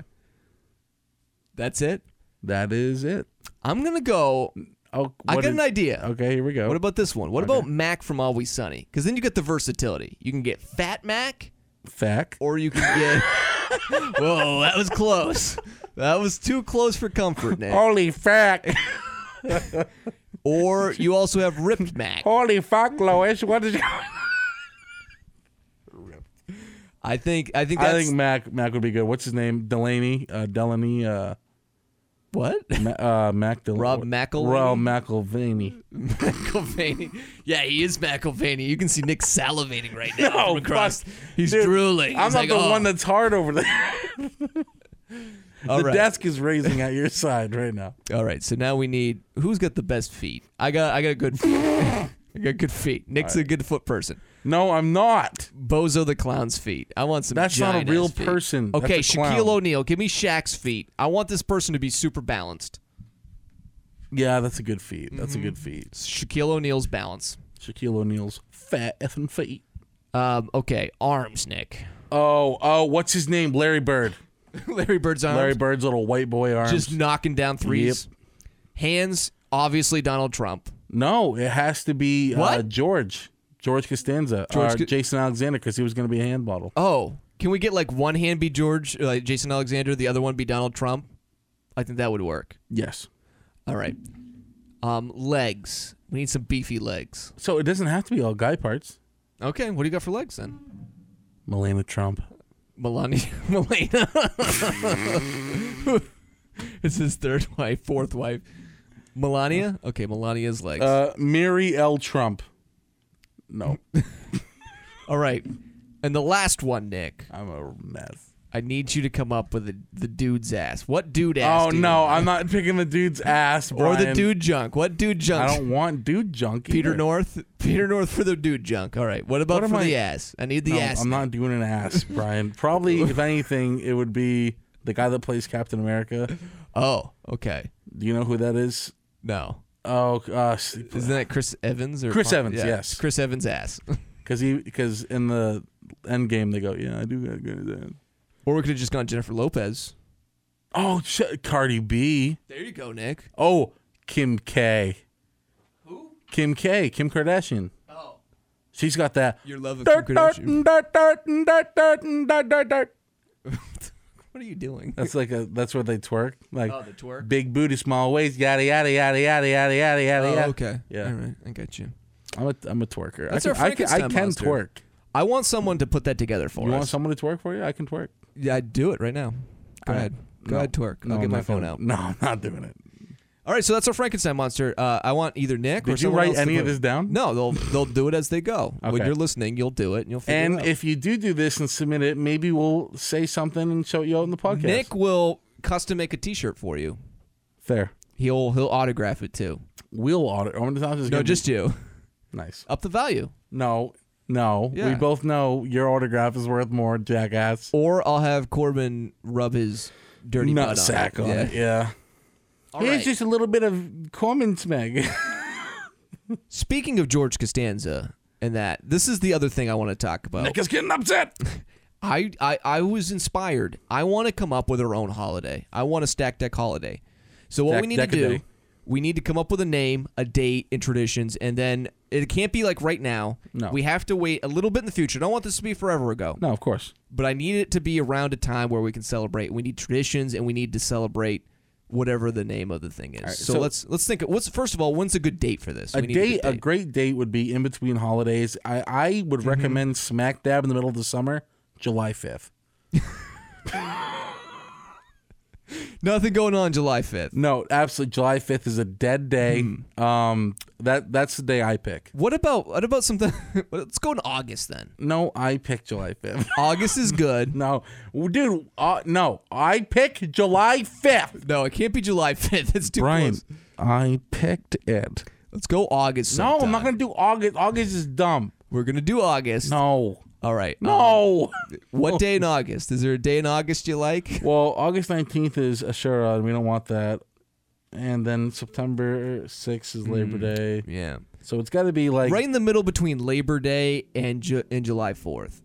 That's it.
That is it.
I'm gonna go.
Oh,
I
what
got
is-
an idea.
Okay, here we go.
What about this one? What about Mac from Always Sunny? Because then you get the versatility. You can get Fat Mac,
Fac?
or you can get. Whoa, that was close. That was too close for comfort, Nick.
Holy fuck!
Or you also have ripped Mac.
Holy fuck, Lois! What is?
I think I think
I
that's
think Mac Mac would be good. What's his name? Delaney, uh, Delaney, uh,
what
Ma- uh, Mac Del-
Rob McElhaney?
Rob McElvaney.
McIlvany. Yeah, he is McIlvany. You can see Nick salivating right now
No,
from across.
fuck.
He's
Dude,
drooling.
I'm
He's
not
like,
the
"Oh,
one that's hard over there.
all
the
right.
desk is raising at your side right now.
All right, so now we need who's got the best feet. I got I got good feet. I got good feet. Nick's a good foot person.
No, I'm not.
Bozo the clown's feet. I want some.
That's not a
giant-ass
real
feet.
person. That's
Okay,
a clown.
Shaquille O'Neal, give me Shaq's feet. I want this person to be super balanced.
Yeah, that's a good feat. That's a good feat.
Shaquille O'Neal's balance.
Shaquille O'Neal's fat effing feet.
Um, okay, arms, Nick.
Oh, oh, what's his name? Larry Bird.
Larry Bird's arms.
Larry Bird's little white boy arms.
just knocking down threes. Hands, obviously Donald Trump.
no, it has to be uh,
What?
George. George Costanza
George
or
Co-
Jason Alexander because he was going to be a hand bottle.
Oh, can we get like one hand be George, uh, like Jason Alexander, the other one be Donald Trump? I think that would work.
Yes.
All right. Um, legs. We need some beefy legs.
So it doesn't have to be all guy parts.
Okay, what do you got for legs then?
Melania Trump.
Melania, Melania. it's his third wife, fourth wife. Melania. Okay, Melania's legs.
Uh, Mary L. Trump. No,
All right, and the last one, Nick.
I'm a mess.
I need you to come up with the, the dude's ass. What dude ass?
Oh
do you
no,
want?
I'm not picking the dude's ass,
or the
Brian.
dude junk. What dude junk?
I don't want dude junk.
Peter
either.
North. Peter North for the dude junk. All right. What about
What
for
am
the
I-
ass? I need the
No,
ass.
I'm not doing an ass, Brian. Probably, if anything, it would be the guy that plays Captain America.
Oh, okay.
Do you know who that is?
No.
Oh, uh,
Isn't that Chris Evans or
Chris Evans, yes.
Chris Evans ass.
because he because in the end game they go, yeah, I do got good at that.
or we could have just gone Jennifer Lopez.
Oh, sh- Cardi B.
There you go, Nick.
Oh, Kim K. Who? Kim K. Kim Kardashian. Oh. She's got that.
Your love of
Dirt,
Kim
dirt,
Kardashian.
dirt, dirt, dirt, dirt, dirt, dirt, dirt.
What are you doing?
That's like a. That's where they twerk. Like
Oh, the twerk?
Big booty, small waist. Yada yada yada yada yada yada yada.
Oh,
yada.
okay.
Yeah.
All right. I got you.
I'm a I'm a twerker.
That's
I
our
can, I can, I
Frankenstein
can
monster.
twerk.
I want someone to put that together for
You
us.
want someone to twerk for you? I can twerk.
yeah, I'd do it right now. Go
I-
ahead. Go
No.
ahead, twerk.
No,
I'll
I'm
get my
not
phone
gonna-
out.
No, I'm not doing it.
All right, so that's our Frankenstein monster. Uh, I want either Nick or
Did you
someone
write
else to
any of
put-
this down?
No, they'll they'll do it as they go. When
Okay.
you're listening, you'll do it and you'll figure
And
it out.
if you do do this and submit it, maybe we'll say something and show it you out in the podcast.
Nick will custom make a T-shirt for you.
fair.
He'll he'll autograph it too.
We'll audit. I'm just
No, just you.
nice.
Up the value,
No, no. We
Yeah.
both know your autograph is worth more, jackass.
or I'll have Corbin rub his dirty butt on
Nut sack on it. Yeah.
All
Here's
right.
just a little bit of common smeg.
Speaking of George Costanza and that, this is the other thing I want to talk about.
is getting upset.
I, I I was inspired. I want to come up with our own holiday. I want a stack deck holiday. So what
Stack
we need to
Deck a
do,
day.
we need to come up with a name, a date, and traditions, and then it can't be like right now.
No.
We have to wait a little bit in the future. I don't want this to be forever ago.
No, of course.
But I need it to be around a time where we can celebrate. We need traditions and we need to celebrate whatever the name of the thing is. so,
so-
let's let's think of, what's first of all, when's a good date for this?
A
We need good
date, a great date would be in between holidays. I, I would recommend smack dab in the middle of the summer, July 5th.
Nothing going on July 5th.
No, absolutely. July 5th is a dead day. Um, that That's the day I pick.
What about what about something let's go in August then.
No, I pick July 5th.
August is good.
no, dude, uh, no, I pick July 5th.
No, it can't be July 5th. It's too
Brian,
close.
I picked it.
Let's go August.
No, I'm
sometime.
not going to do August. August is dumb.
We're gonna do August.
No.
All right. Um,
No.
what day in August? Is there a day in August you like?
Well, August 19th is Ashura, and we don't want that. And then September 6th is Labor Day.
Yeah.
So it's got to be like
Mm. Right in the middle between Labor Day and Ju- and July 4th.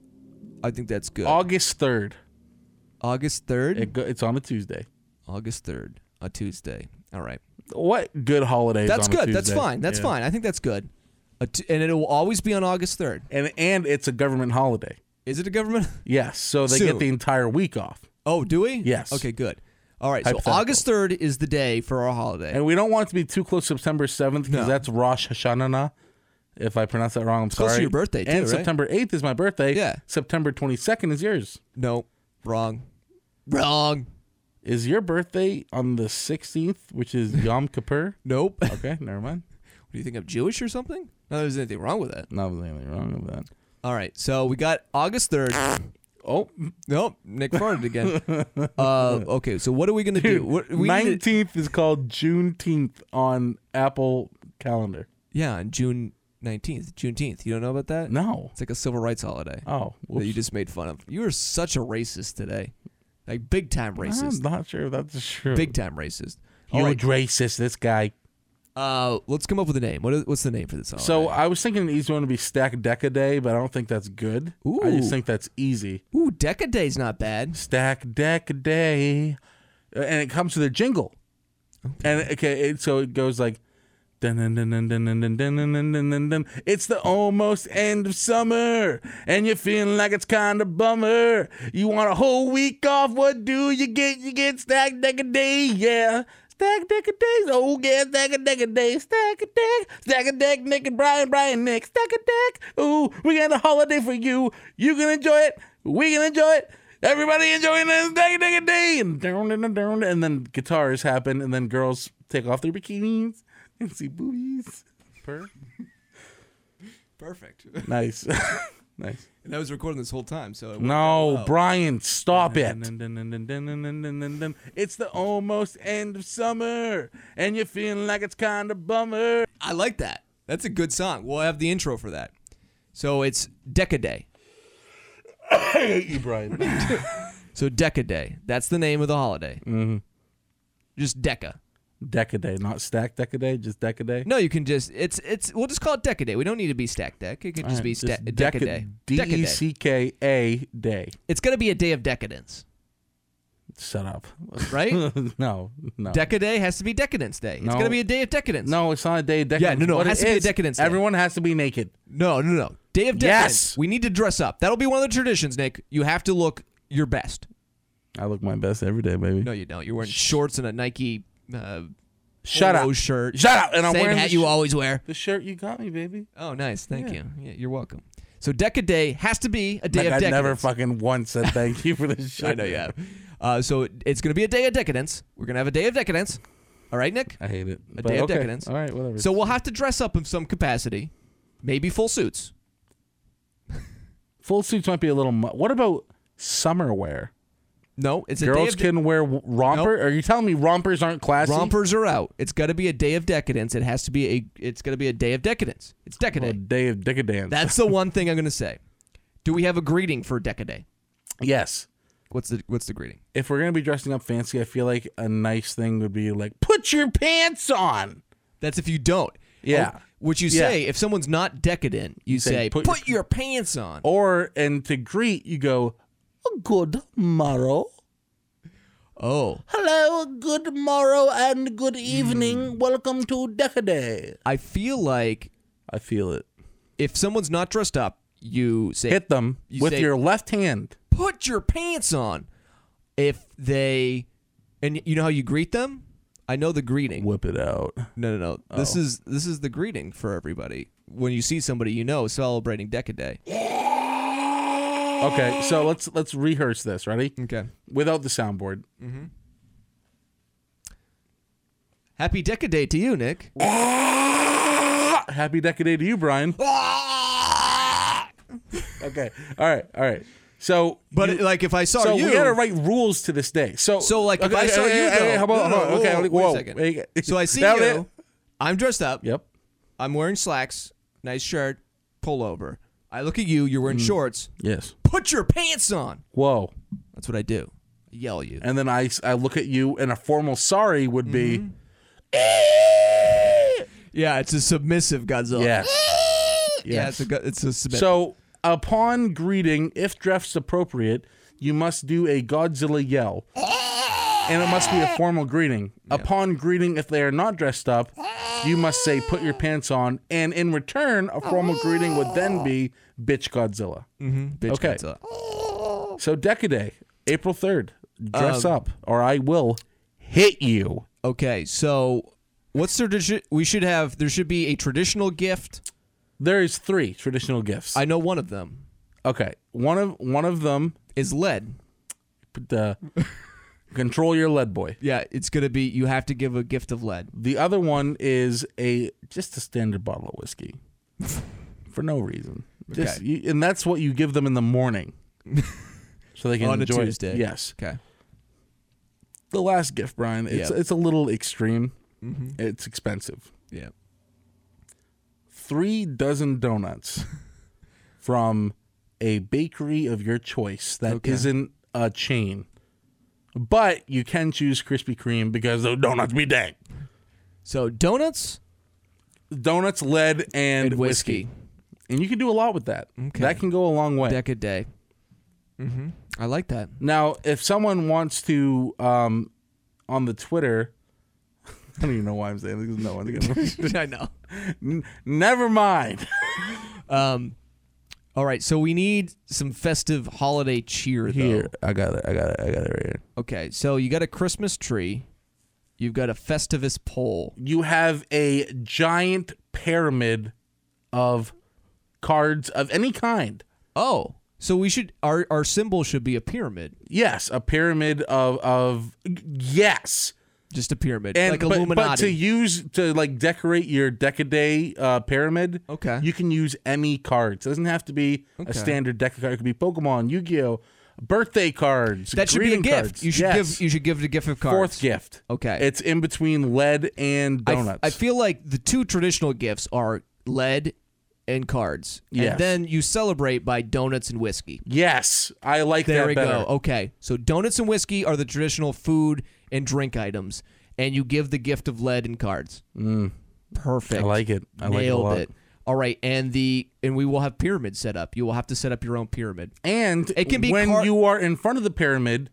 I think that's good.
August 3rd.
August 3rd?
It go, it's on a Tuesday.
August 3rd, a Tuesday. All right.
What good holidays?
That's
on a
good. That's
Tuesday?
fine. That's
Yeah.
fine. I think that's good. A t- and it will always be on August 3rd.
And and it's a government holiday.
Is it a government?
Yes. So they
Soon.
get the entire week off.
Oh, do we?
Yes.
Okay, good. All right. So
Hypothetical.
August 3rd is the day for our holiday.
And we don't want it to be too close to September 7th because that's Rosh Hashanah. If I pronounce that wrong, I'm
close
sorry.
to your birthday, too,
And
right?
September 8th is my birthday.
Yeah.
September 22nd is yours.
No, wrong, wrong.
Is your birthday on the 16th, which is Yom Kippur?
Nope. what
Okay, never mind.
do you think I'm Jewish or something? No, there's anything wrong with that.
Not that there's anything wrong with that.
All right, so we got August third.
Oh,
nope, Nick farted again. Uh, okay, so what are we gonna do? What, we need to-
19th is called Juneteenth on Apple calendar.
yeah, on June nineteenth, Juneteenth. You don't know about that?
No.
It's like a civil rights holiday
Oh,
that you
whoops.
just made fun of. You are such a racist today, like big time
I'm
racist,
not sure if that's true.
big time racist. All
Huge
right,
racist, this guy.
uh, let's come up with a name. What is, what's the name for this holiday?
So I was thinking an easy one would be Stack Deca Day, but I don't think that's good. I
Ooh.
just think that's easy.
Ooh, Deca Day's not bad.
Stack Deca Day, Uh, and it comes with a jingle. And okay, it, so it goes like. Dun, dun, dun, dun, dun, dun, dun, dun, dun, dun, dun, dun, dun. It's the almost end of summer, and you're feeling like it's kind of bummer. You want a whole week off? What do you get? You get stack deck a day, yeah. Stack deck a days, oh yeah, stack a deck a day, stack a deck, stack a deck, Nick and Brian, Brian, Nick, stack a deck. Ooh, we got a holiday for you. You can enjoy it. We can enjoy it. Everybody enjoying this stack a deck a day, and dun, dun, dun, dun, and then guitars happen, and then girls take off their bikinis and see boobies.
Perfect.
Nice. nice.
And I was recording this whole time, so it
No, Brian, stop it. It's the almost end of summer, and you're feeling like it's kind of bummer.
I like that. That's a good song. We'll have the intro for that. So it's Deca Day.
you, Brian.
So Deca Day. That's the name of the holiday. Mm-hmm. Just Deca.
Decaday, not stack decaday, just decaday.
No, you can just it's it's we'll just call it Deca Day. We don't need to be Stack Deck. It can just be sta- Deca Day.
D
Deca
e
Day.
c k a day.
It's gonna be a day of decadence,
Shut up.
right?
no, no.
Deca Day has to be Decadence Day. It's
No.
gonna be a day of decadence.
no, it's not a day of decadence.
no, no, it
What
has to be a
is,
decadence day.
Everyone has to be naked.
no, no, no. Day of decadence.
Yes!
We need to dress up. That'll be one of the traditions, Nick. You have to look your best.
I look my best every day, baby.
No, you don't. You're wearing shorts and a Nike uh,
Shut
polo
up.
shirt.
Shut up. And I'm
Same
wearing
hat
the
you
sh-
always wear.
The shirt you got me, baby.
Oh, nice. Thank
Yeah.
you. Yeah, you're welcome. So Deca Day has to be a day
Like,
of
I
decadence.
never fucking once said thank you for this shit.
I know you have. Uh, so it's going to be a day of decadence. We're going to have a day of decadence. All right, Nick?
I hate it.
A
But
day of
okay.
decadence.
All right, whatever.
So we'll have to dress up in some capacity. Maybe full suits.
full suits might be a little. Mu- what about summer wear?
No, it's a day
Girls
of de-
can wear w- romper. Are you telling me rompers aren't classy?
Rompers are out. It's got to be a day of decadence. It has to be a. It's going to be a day of decadence. It's
A
decadent.
day of Oh, decadence.
That's the one thing I'm going to say. Do we have a greeting for Decaday?
yes.
What's the What's the greeting?
If we're gonna be dressing up fancy, I feel like a nice thing would be like, put your pants on.
That's if you don't.
Yeah.
Oh, what you
Yeah.
say if someone's not decadent, you say, put,
Oh, "Put
your, pants on.
Or and to greet, you go, good morrow.
Oh,
Hello, good morrow and good evening.
Welcome to Decaday.
I feel like
I feel it.
if someone's not dressed up, you say,
Hit them
You
with
say-
your left hand.
"Put your pants on." If they, and you know how you greet them. I know the greeting.
Whip it out.
No, no, no. This is this is the greeting for everybody. When you see somebody you know celebrating Decaday.
Okay, so let's let's rehearse this. Ready?
Okay.
Without the soundboard.
Happy Decaday to you, Nick.
Happy Decaday to you, Brian. okay. All right. All right. So,
But
you-
like, if I
Oh,
saw
so
you,
we gotta write rules to this day. So,
So like if
okay,
I saw you
okay, okay,
though,
okay, how about,
no, no,
hold on,
whoa,
okay,
whoa, wait a
like, whoa,
second.
wait.
So I see
That was
you.
it.
I'm dressed up.
Yep.
I'm wearing slacks, nice shirt, pullover. I look at you. You're
Mm.
wearing shorts.
Yes.
Put your pants on.
Whoa.
That's what I do. I yell at you.
And then I s- I look at you, and a formal sorry would be
Mm-hmm. Yeah, it's a submissive Godzilla.
yes.
yeah, it's a gu- it's a submissive.
So, upon greeting, if dressed appropriate, you must do a Godzilla yell. And it must be a formal greeting. Upon greeting, if they are not dressed up, you must say, put your pants on. And in return, a formal greeting would then be, bitch Godzilla.
bitch
okay.
Godzilla.
So, Decaday, April 3rd, dress up, or I will hit you.
Okay, so what's the tradition? We should have there should be a traditional gift
There is three traditional gifts.
I know one of them
okay, one of one of them,
is lead.
but, uh, control your lead boy.
Yeah, it's gonna be you have to give a gift of lead.
The other one is a just a standard bottle of whiskey, for no reason. Just,
Okay.
you, and that's what you give them in the morning, so they can
On a
enjoy it.
Tuesday.
Yes.
Okay.
The last gift, Brian. It's
Yeah. Mm-hmm.
it's a little extreme. It's expensive.
Yeah.
three dozen donuts from a bakery of your choice that
Okay.
not a chain. But you can choose Krispy Kreme because the donuts be dang.
So donuts
Donuts, lead, and,
and
whiskey.
whiskey.
And you can do a lot with that.
Okay.
That can go a long way.
Deck a day. Mm-hmm. I like that.
now, if someone wants to, um, on the Twitter, I don't even know why I'm saying this because no one's going to.
I know.
Never mind.
Um, all right, so we need some festive holiday cheer though.
Here, I got it. I got it. I got it right here.
Okay, so you got a Christmas tree, you've got a Festivus pole.
you have a giant pyramid of cards of any kind.
Oh, so we should our our symbol should be a pyramid,
Yes, a pyramid of of yes,
just a pyramid,
and
like
but,
Illuminati.
but to use to like decorate your decaday uh, pyramid,
Okay.
you can use any cards. It doesn't have to be
Okay.
a standard deck card. It could be Pokemon, Yu Gi Oh, birthday cards.
that should be a
greeting
gift.
cards.
You should
Yes.
give you should give the gift of cards.
fourth gift.
Okay.
it's in between lead and
I f-
donuts.
I feel like the two traditional gifts are lead and cards,
Yes.
and then you celebrate by donuts and whiskey.
yes, I like
There
that
we
better.
go. Oh, Okay. So donuts and whiskey are the traditional food and drink items, and you give the gift of lead and cards. Perfect.
Mm. I like it. I like it a
Nailed
lot.
it. All right, and the and we will have pyramids set up. You will have to set up your own pyramid.
And
It can be
when
car-
you are in front of the pyramid,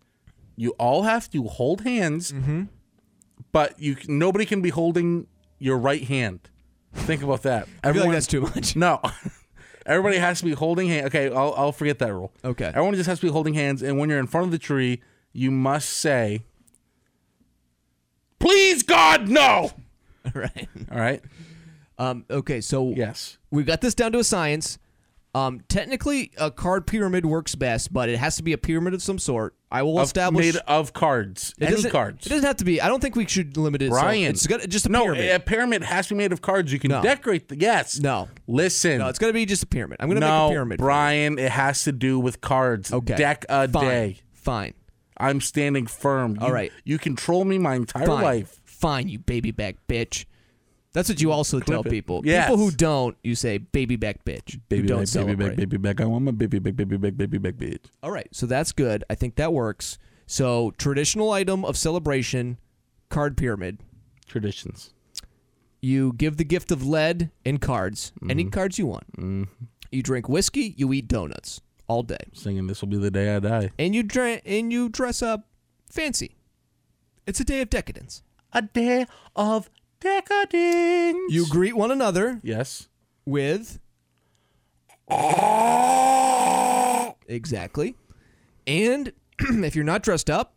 you all have to hold hands,
Mm-hmm.
but you c- nobody can be holding your right hand. Think about that.
I feel
Everyone,
like that's too much.
no, everybody has to be holding hands. Okay, I'll, I'll forget that rule.
Okay.
everyone just has to be holding hands, and when you're in front of the tree, you must say, "Please God, no!"
All right.
All right.
Um, okay, so
Yes.
we've got this down to a science. Um, technically, a card pyramid works best, but it has to be a pyramid of some sort. I will
Of-
establish.
made of cards.
it
Any
doesn't-
cards.
It doesn't have to be. I don't think we should limit it. so
Brian.
it's got, just a
no, eh.
pyramid.
a pyramid has to be made of cards. You can
No.
decorate the yes.
No.
Listen.
No, it's gonna be just a pyramid. I'm gonna
No,
make a pyramid. for you.
Brian, it has to do with cards.
Okay.
Deck a
Fine.
day.
Fine.
I'm standing firm.
All
You-
right.
You control me my entire
Fine.
life.
Fine, you baby back bitch. That's what you also tell
it.
people.
Yes.
People who don't, you say baby back bitch. you don't celebrate.
baby back. I want my baby back, baby back, baby back, bitch.
All right, so that's good. I think that works. So traditional item of celebration, card pyramid.
Traditions.
You give the gift of lead and cards,
Mm-hmm.
any cards you want. You drink whiskey, you eat donuts all day,
Singing "This Will Be the Day I Die."
and you dra- and you dress up fancy. It's a day of decadence.
A day of decadence.
You greet one another
yes.
with exactly and if you're not dressed up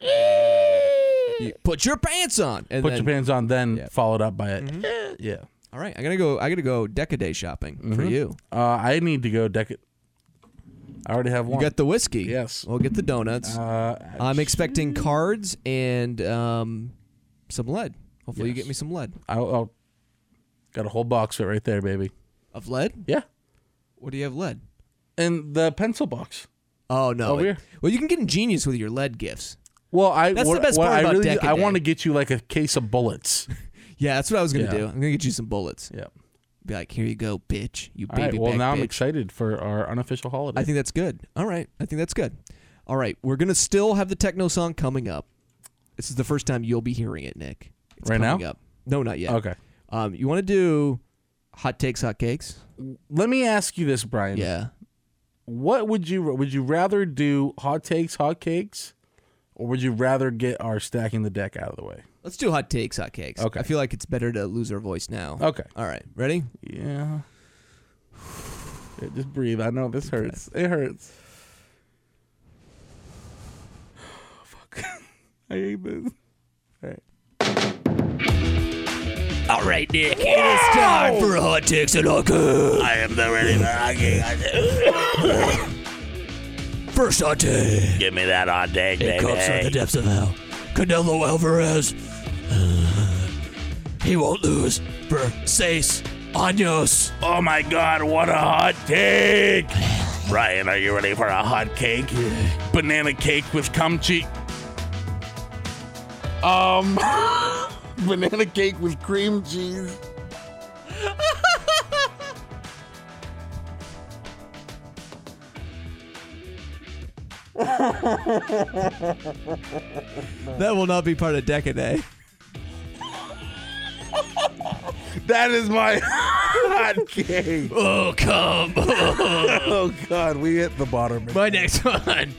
you put your pants on and
Eh. Put
then,
your pants on, then followed up by it. Yeah.
all right i gotta go i gotta go decaday shopping for you
Uh, I need to go decad. I already have one.
you got the whiskey
Yes.
we'll get the donuts
uh,
i'm expecting cards and um some lead hopefully you get me some lead
I'll, I'll got a whole box of it right there, baby.
of lead
Yeah.
what do you have lead
And the pencil box.
oh no
Over here.
well you can get ingenious with your lead gifts
Well, I
That's
what,
the best
what
part
I
about
really
Deck a
I
Day.
want to get you like a case of bullets.
yeah that's what i was gonna
Yeah.
do i'm gonna get you some bullets
yeah.
Be like, here you go, bitch. You
All
baby
right. Well,
back
now I'm
bitch."
excited for our unofficial holiday.
I think that's good. All right. I think that's good. All right. We're going to still have the techno song coming up. This is the first time you'll be hearing it, Nick. It's
Right
coming
now?
Up. No, not yet.
okay.
Um, you want to do hot takes, hot cakes?
Let me ask you this, Brian.
Yeah.
What would you would you rather do hot takes, hot cakes, or would you rather get our stacking the deck out of the way?
Let's do hot takes, hot cakes.
Okay.
I feel like it's better to lose our voice now.
Okay.
All right. Ready?
Yeah. Yeah, Just breathe. I know this hurts. It hurts. Fuck. I hate this. All right.
All right, Nick. It is time for hot takes and hooker.
I am the ready for hockey.
First hot take.
Give me that hot take,
It
baby.
comes from the depths of hell. Canelo Alvarez. Uh, he won't lose for seis años.
Oh my god, what a hot take! Ryan, are you ready for a hot cake? Banana cake with cum cheek. Um, banana cake with cream cheese.
That will not be part of Decaday.
That is my hot cake.
Oh, come.
Oh god, we hit the bottom.
My next one.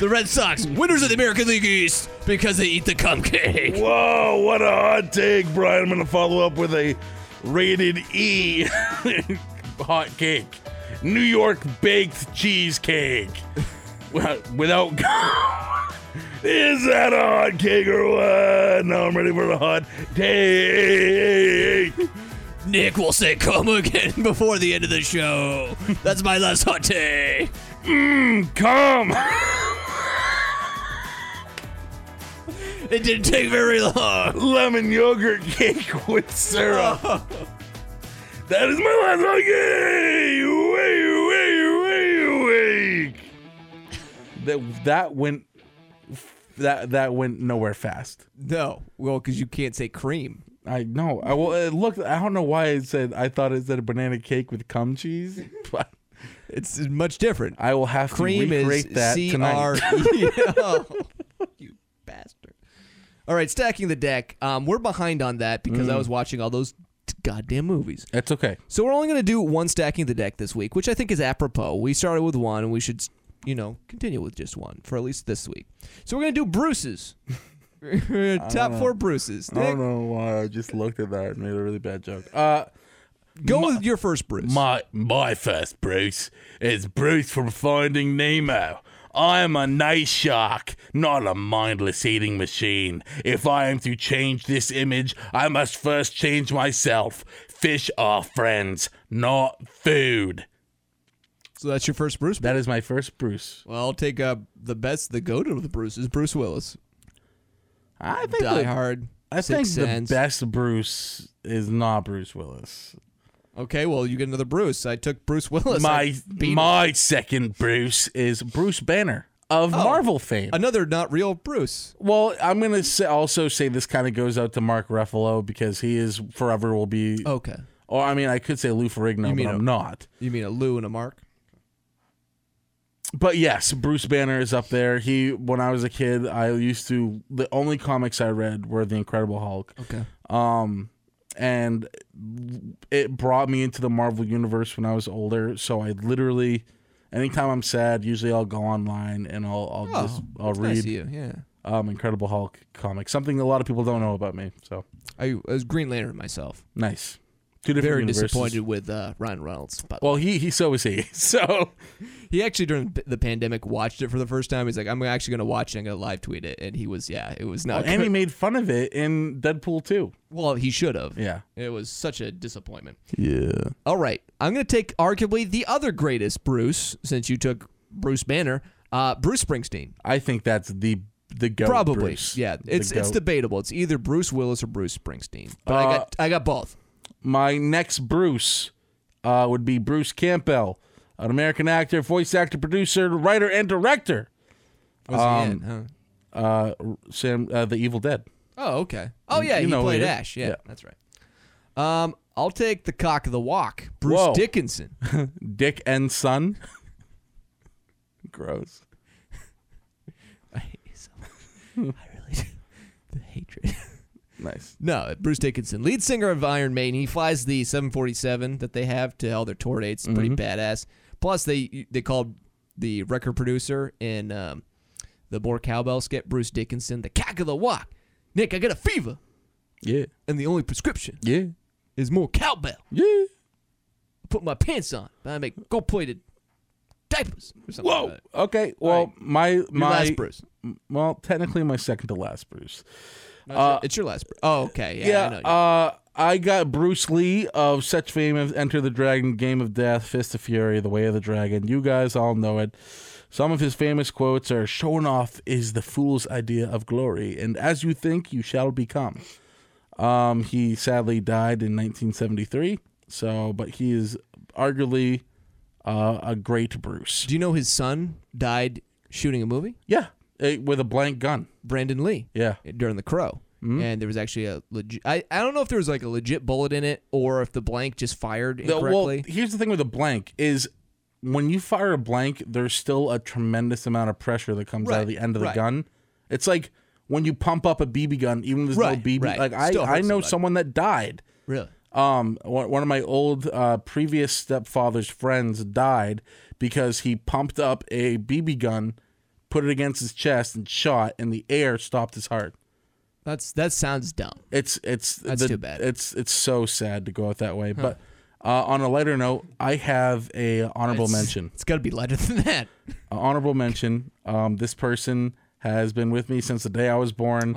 The Red Sox, winners of the American League East, because they eat the cupcake.
Whoa, what a hot take, Brian. I'm gonna follow up with a rated E hot cake. New York baked cheesecake. Well, Without Is that a hot cake or what? No, I'm ready for the hot take.
Nick will say come again before the end of the show. That's my last hot take.
Come!
It didn't take very long.
Lemon yogurt cake with syrup. that is my last hot cake! Way, way, way, way. That that went that that went nowhere fast.
No, well, because you can't say cream.
I know. I well, it looked. I don't know why it said. I thought it said a banana cake with cum cheese, but
It's much different.
I will have
Cream
to
is
recreate that
C R
tonight.
E. You bastard. All right, stacking the deck. Um, we're behind on that because
Mm.
I was watching all those t- goddamn movies.
That's okay.
So we're only going to do one stacking the deck this week, which I think is apropos. We started with one, and we should, you know, continue with just one for at least this week. So we're going to do Bruce's top four Bruce's.
I
Nick,
don't know why. I just looked at that and made a really bad joke. Uh,
Go with your first Bruce.
my my first Bruce is Bruce from Finding Nemo. I am a night shark, not a mindless eating machine. If I am to change this image, I must first change myself. Fish are friends, not food.
So that's your first Bruce.
That is my first Bruce.
Well, I'll take uh, the best, the goat of the Bruces, Bruce Willis.
I think
Die
the-
Hard.
I
Sixth
think
Sense.
the best Bruce is not Bruce Willis.
Okay, well, you get another Bruce. I took Bruce Willis. I
my
beat him.
my second Bruce is Bruce Banner of Marvel fame.
another not real Bruce.
well, I'm gonna say, also say this kind of goes out to Mark Ruffalo because he is forever will be.
Okay,
Or I mean, I could say Lou Ferrigno,
mean
but
a-
I'm not.
Oh. you mean a Lou and a Mark?
But yes, Bruce Banner is up there. He when I was a kid, I used to the only comics I read were The Incredible Hulk.
Okay,
um and it brought me into the marvel universe when i was older so i literally anytime i'm sad usually i'll go online and i'll, I'll
Oh,
just i'll
that's nice of
read
you. Yeah,
um incredible hulk comics something a lot of people don't know about me so
I, I was Green Lantern myself.
nice two different
Very
universes.
disappointed with uh, Ryan Reynolds, but
well he he so is he so
he actually during p- the pandemic watched it for the first time. He's like, I'm actually gonna watch it. and I'm gonna live tweet it, and he was, yeah, it was not.
Oh, and he
good.
made fun of it in deadpool 2
well, he should have.
yeah
It was such a disappointment.
yeah
All right, I'm going to take arguably the other greatest Bruce, since you took Bruce Banner, uh, Bruce Springsteen.
i think that's the the goat
Probably,
Bruce.
yeah. It's it's
goat.
debatable. It's either Bruce Willis or Bruce Springsteen. But I got I got both.
my next Bruce uh, would be Bruce Campbell, an American actor, voice actor, producer, writer, and director.
Was he in, huh?
Uh, Sam, uh, The Evil Dead.
Oh, okay. Oh yeah,
you
he
know who
played
he is.
Ash. Yeah,
Yeah.
that's right. Um, I'll take the cock of the walk, Bruce
Whoa.
Dickinson.
Dick and Son. Gross.
I hate you so much. I really do. The hatred.
Nice.
No, Bruce Dickinson, lead singer of Iron Maiden. He flies the 747 that they have to all their tour dates. It's Pretty
Mm-hmm.
badass. Plus, they they called the record producer in um, the More Cowbell skit Bruce Dickinson the cack of the walk. Nick, I got a fever,
Yeah.
and the only prescription
Yeah.
is more cowbell.
Yeah.
Put my pants on, and I make gold plated diapers or something.
Whoa.
Like that.
Okay. Well, my
Your
my
last Bruce.
well, technically my second to last Bruce.
Not your- it's your last Bruce. Oh, okay. Yeah. I know.
uh, I got Bruce Lee of such fame as Enter the Dragon, Game of Death, Fist of Fury, The Way of the Dragon. You guys all know it. Some of his famous quotes are showing off is the fool's idea of glory, and as you think, you shall become. Um, he sadly died in 1973, so, but he is arguably uh, a great Bruce.
Do you know his son died shooting a movie?
Yeah, eh, with a blank gun.
Brandon Lee.
Yeah.
during the crow and there was actually a legit I, I don't know if there was like a legit bullet in it or if the blank just fired
The- well,
incorrectly
here's the thing with a blank is when you fire a blank, there's still a tremendous amount of pressure that comes out
Right,
of the end of
right.
the gun. It's like when you pump up a BB gun, even if there's no
Right,
BB.
right.
Like I,
Still
I
hurts
know
somebody.
someone that died.
really
Um, one one of my old uh, previous stepfather's friends died because he pumped up a BB gun, put it against his chest, and shot, and the air stopped his heart.
that's that sounds dumb
It's it's that's
too bad.
It's it's so sad to go out that way. But uh, on a lighter note, I have a honorable mention.
it's got to be lighter than that
A honorable mention. Um, this person has been with me since the day I was born.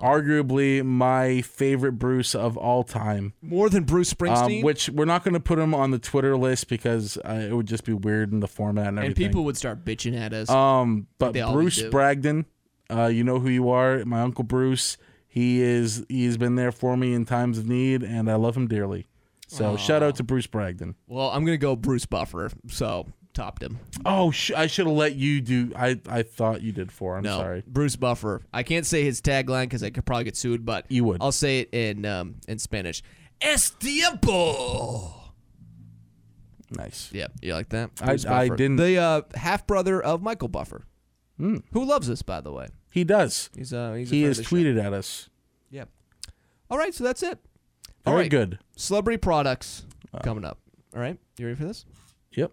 Arguably my favorite Bruce of all time.
more than Bruce
Um,
Springsteen
which we're not going to put him on the Twitter list because uh, it would just be weird in the format and
and
everything.
people would start bitching at us
Um, but
They always
Bruce
do.
Bragdon, uh, you know who you are. My uncle Bruce. He is. He's been there for me in times of need, and I love him dearly. So shout out to Bruce Bragdon.
well I'm gonna go Bruce Buffer so topped him
Oh, sh- I should have let you do. I I thought you did four. I'm
no
sorry.
Bruce Buffer I can't say his tagline because I could probably get sued but
You would.
I'll say it in um, in Spanish Es tiempo
Nice.
Yeah, you like that?
I- I
Buffer.
didn't-
The uh, half brother of Michael Buffer, who loves us, by the way.
He does.
He's uh, he's a
He
friend
has
of the show.
tweeted at us.
Yeah. All right, so that's it. All
Very
right.
good.
Celebrity products coming up. All right, you ready for this?
Yep.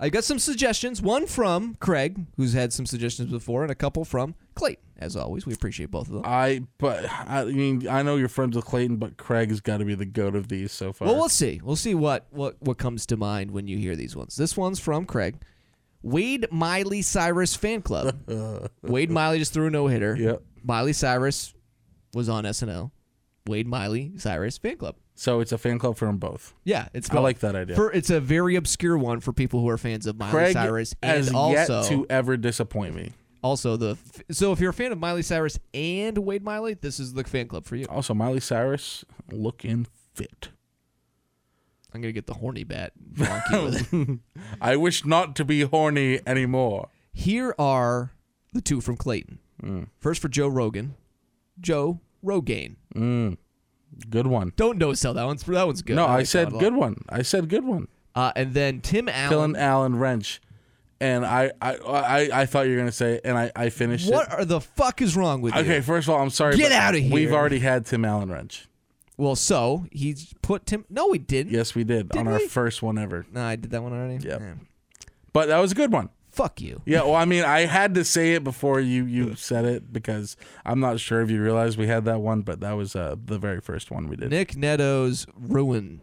I got some suggestions. One from Craig, who's had some suggestions before, and a couple from Clayton. As always, we appreciate both of them.
I but I mean I know you're friends with Clayton, but Craig has got to be the goat of these so far.
Well, we'll see. We'll see what, what, what comes to mind when you hear these ones. This one's from Craig. Wade Miley Cyrus fan club. Wade Miley just threw a no hitter.
Yep.
Miley Cyrus was on SNL. Wade Miley Cyrus fan club.
so it's a fan club for them both.
Yeah, it's.
I like that idea.
For, it's a very obscure one for people who are fans of Miley
Craig
Cyrus, and
has
also
yet to ever disappoint me.
also the. f- So if you're a fan of Miley Cyrus and Wade Miley, this is the fan club for you.
Also, Miley Cyrus looking fit.
I'm gonna get the horny bat. wonky with it.
I wish not to be horny anymore.
Here are the two from Clayton.
Mm.
First for Joe Rogan, Joe Rogaine.
Good one.
Don't no sell that one's that one's Mm. good.
no, I,
like that
said
one a lot.
good one. I said good one.
Uh, and then Tim Allen.
Killing Alan Wrench, and I, I, I, I thought you were gonna say, and I, I finished
What
it.
are the fuck is wrong with you?
Okay, first of all, I'm sorry.
Get
but
outta here.
We've already had Tim Allen Wrench.
Well, so he's put Tim. No, he didn't.
Yes, we did, on our
we?
first one ever.
No, I did that one already.
Yep.
Eh.
But that was a good one.
Fuck you.
Yeah, well, I mean, I had to say it before you you said it because I'm not sure if you realized we had that one, but that was uh, the very first one we did,
Nick Neto's ruin.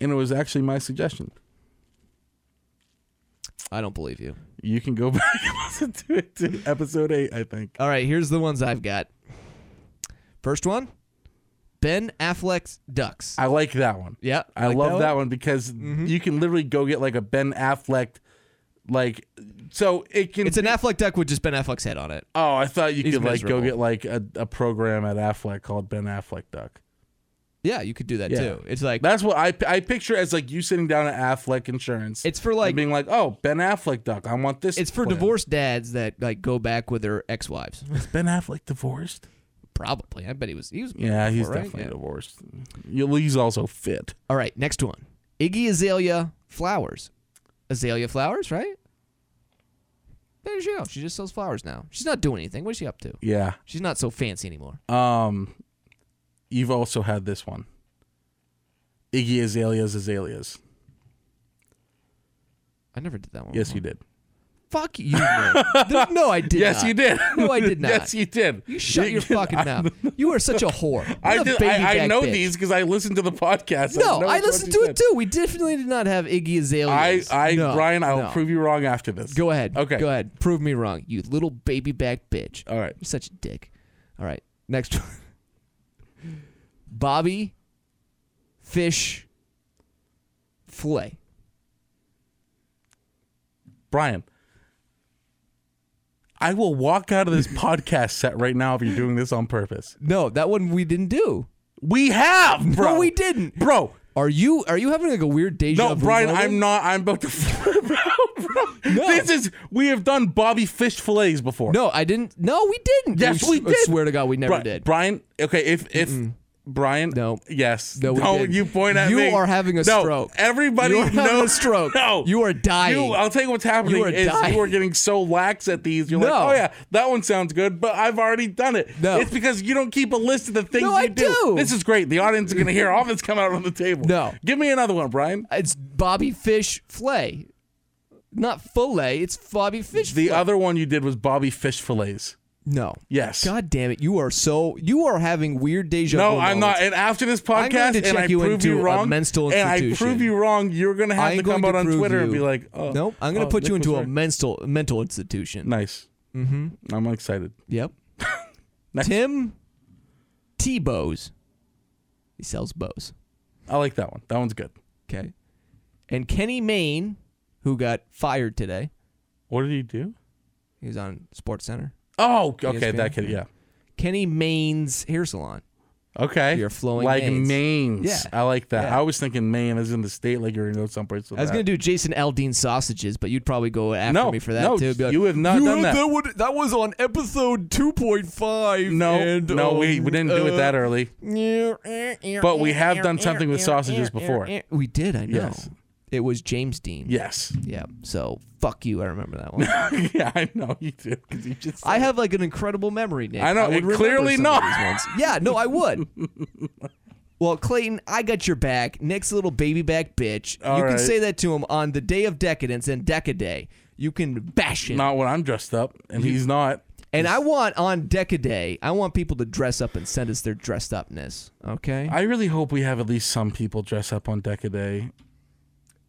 and it was actually my suggestion.
I don't believe you.
You can go back and listen to it to episode eight, I think.
All right, here's the ones I've got. First one, Ben Affleck's ducks.
I like that one.
yeah,
I
like Mm-hmm.
love that one, because you can literally go get like a Ben Affleck, like, so it can.
It's an Affleck duck with just Ben Affleck's head on it.
oh, I thought you
He's
could like go
miserable.
get like a, a program at Affleck called Ben Affleck Duck.
Yeah, you could do that
Yeah.
too. It's like
That's what I I picture as like you sitting down at Affleck Insurance.
it's for
like
like
being like, oh, Ben Affleck Duck, I want this.
it's for
plan."
divorced dads that like go back with their ex-wives.
Is Ben Affleck divorced?
Probably. I bet he was he was
Yeah, he's
before, right?
definitely
Yeah.
divorced. Yeah, He's also fit.
All right, next one. Iggy Azalea flowers. Azalea flowers, right? There she goes. She just sells flowers now. She's not doing anything. What's she up to?
Yeah.
She's not so fancy anymore.
Um, you've also had this one. Iggy Azalea's Azaleas.
I never did that one.
Yes,
before.
you did.
Fuck you. Nick. There- no, I did.
Yes,
not.
you did.
No, I did not.
yes, you did.
You shut your fucking mouth. You are such a whore. What
I
a
did.
baby
I, I
back
know
bitch.
these because I listened to the podcast.
No,
know
I
which ones
listened
you
to
said.
it too. We definitely did not have Iggy Azalea.
I, I,
no,
Brian, I'll
no.
prove you wrong after this.
Go ahead.
Okay.
Go ahead. Prove me wrong. You little baby back bitch.
All right.
You're such a dick. All right. Next one. Bobby fish fillet.
Brian, I will walk out of this podcast set right now if you're doing this on purpose.
No, that one we didn't do.
We have, bro.
No, we didn't.
Bro.
Are you are you having like a weird deja
No,
vu
Brian,
moment?
I'm not. I'm about to flip out, bro. This is, we have done Bobby fish fillets before.
No, I didn't. No, we didn't.
Yes,
I
we
s-
did.
I swear to God, we never
Bri-
did.
Brian, okay, if if Brian,
No.
yes,
No, we
Don't
didn't.
you point at
You
me.
are having a
No,
stroke.
Everybody
You are having
knows
a stroke.
No,
You are dying.
You- uh, I'll tell you what's happening
You are
is
dying.
you are getting so lax at these. You're
No.
like, oh yeah, that one sounds good, but I've already done it.
No.
it's because you don't keep a list of the things
No,
you
I do.
This is great. The audience is gonna hear all this come out on the table.
No.
give me another one, Brian.
It's Bobby Fish Flay. Not fillet, it's Bobby Fish
The
Flay.
other one you did was Bobby fish fillets.
No.
Yes.
God damn it. You are so you are having weird deja vu.
No, I'm not.
moments.
And after this
I'm going
podcast,
to
and
check
I
you
prove you
into a
wrong,
mental
and I
institution.
prove you wrong, you're gonna have
I'm
to
going
come out on
prove
Twitter and
you-
be like, "Oh,
Nope, I'm going
oh,
to put you
Nick was
into a
right."
mental mental institution.
nice." Mm-hmm. I'm excited.
Yep.
Next.
Tim T Bows. He sells bows.
I like that one. That one's good.
Okay. And Kenny Maine, who got fired today,
What did he do?
he was on Sports Center.
Oh, okay,
ESPN?
that kid. Yeah.
Kenny Maine's hair salon.
Okay.
Your flowing
like
manes.
manes.
Yeah.
I like that.
Yeah.
I was thinking Maine as in the state, like you're gonna go someplace. With
I was
that.
gonna do Jason Aldean sausages, but you'd probably go after
No,
me for that
no,
too. Be like,
you have not done that."
would- that was on episode two point five.
No, no, we, we didn't do
uh,
it that early.
But
we have done something with sausages before.
We did. I know.
Yes.
It was James Dean.
Yes.
Yeah. So fuck you. I remember that one.
yeah, I know you do because you just.
I have like an incredible memory, Nick.
I know,
would
and
remember
clearly
some of
not.
these ones. Yeah, no, I would. well, Clayton, I got your back. Nick's a little baby back bitch.
All
you can
right.
say that to him on the day of decadence and Decaday. You can bash him.
not when I'm dressed up, and he's not.
And I want on Decaday, I want people to dress up and send us their dressed upness. Okay?
I really hope we have at least some people dress up on Decaday.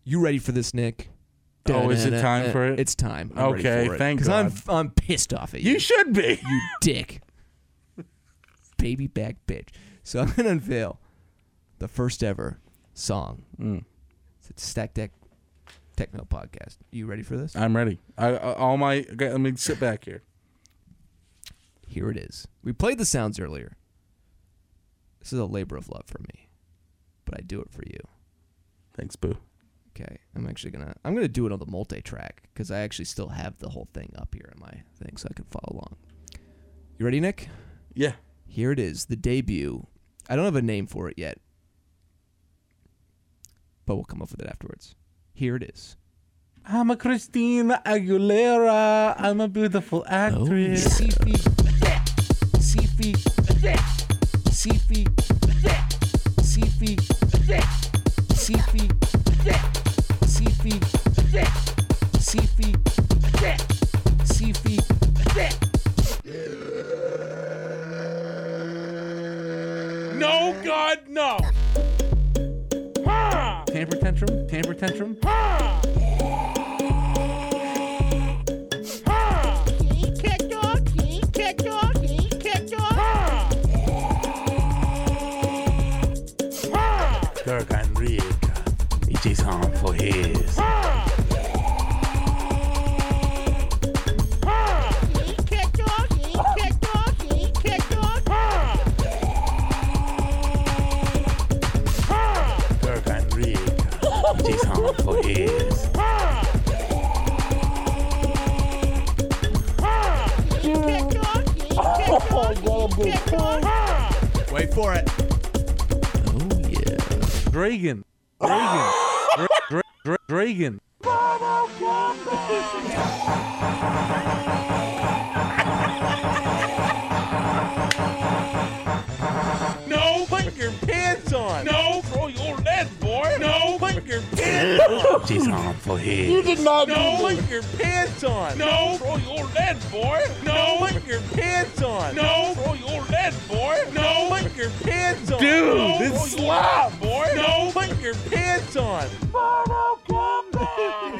you ready for this, Nick?
Oh, is it time for it?
It's time. I'm ready
Okay,
for it.
thank
'Cause I'm, I'm pissed off at you.
You should be.
you dick. Baby back bitch. So I'm going to unveil the first ever song. It's a Stack Deck Techno Podcast. You ready for this?
I'm ready. I, I all my. Okay, let me sit back here.
Here it is. We played the sounds earlier. This is a labor of love for me, but I do it for you.
Thanks, Boo.
Okay, I'm actually gonna I'm gonna do it on the multi-track because I actually still have the whole thing up here in my thing, so I can follow along. You ready, Nick?
Yeah.
Here it is, the debut. I don't have a name for it yet, but we'll come up with it afterwards. Here it is.
I'm a Christina Aguilera. I'm a beautiful actress.
Sifi. Sifi. Sifi. Sifi. Sifi. Sifi. Sifi. Sifi.
No, God, no.
Tamper tantrum. Tamper tantrum.
Kirk and Rick, it is on for his. Kirk and Rick, it is on for his.
Wait for it. Oh yeah.
Dragon. Dragon. Dra- dra- dra- Dragon.
No, put your pants on. No, throw your leg, boy. No, put your pants on. She's on for his. You did not. No, put your pants on. No, throw your leg, boy. No, put your pants on. No, throw your leg, boy. No, put your pants on. Dude, no, this is loud, boy. No, put your pants on.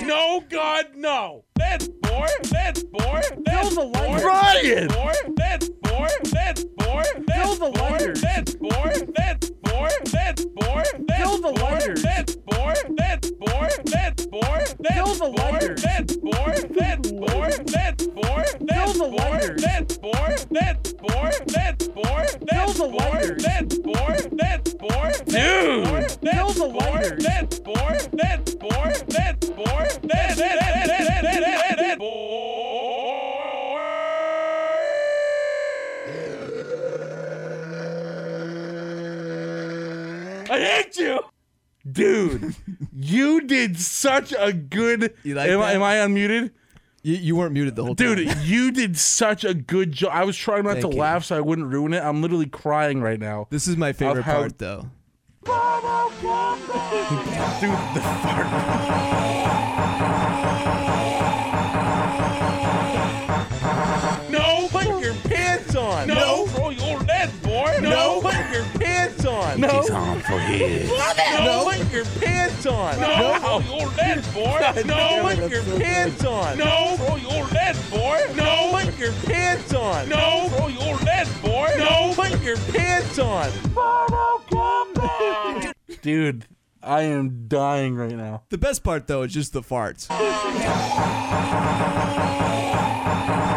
No, God, no. That boy, that boy, that boy, Brian. Boy, that boy, that boy, that boy, that boy, that boy, that boy, that boy, that boy,
Throw the lighter.
That's boy. That's boy. That's boy. That's
the
boy.
lighter.
That's boy. That's boy. That's boy. That's
the
boy.
lighter.
That's boy. That's boy. Dude.
Throw the lighter.
That's boy. That's boy. That's boy. That's that's boy.
I hate you, dude. you did such a good.
You like
am, I,
that?
am I unmuted?
You, you weren't muted the whole time.
Dude, you did such a good job. I was trying not
Thank
to
you.
laugh so I wouldn't ruin it. I'm literally crying right now.
This is my favorite
how-
part, though.
Dude, the fart.
No, put your pants on. No, throw your lead, boy. No, put your pants on.
No.
No, put your pants on. No, throw your lead, boy. No, put your pants on. No, throw your lead, boy. No, put your pants on. No, throw your lead, boy. No, put your pants on.
Dude, I am dying right now.
The best part, though, is just the farts.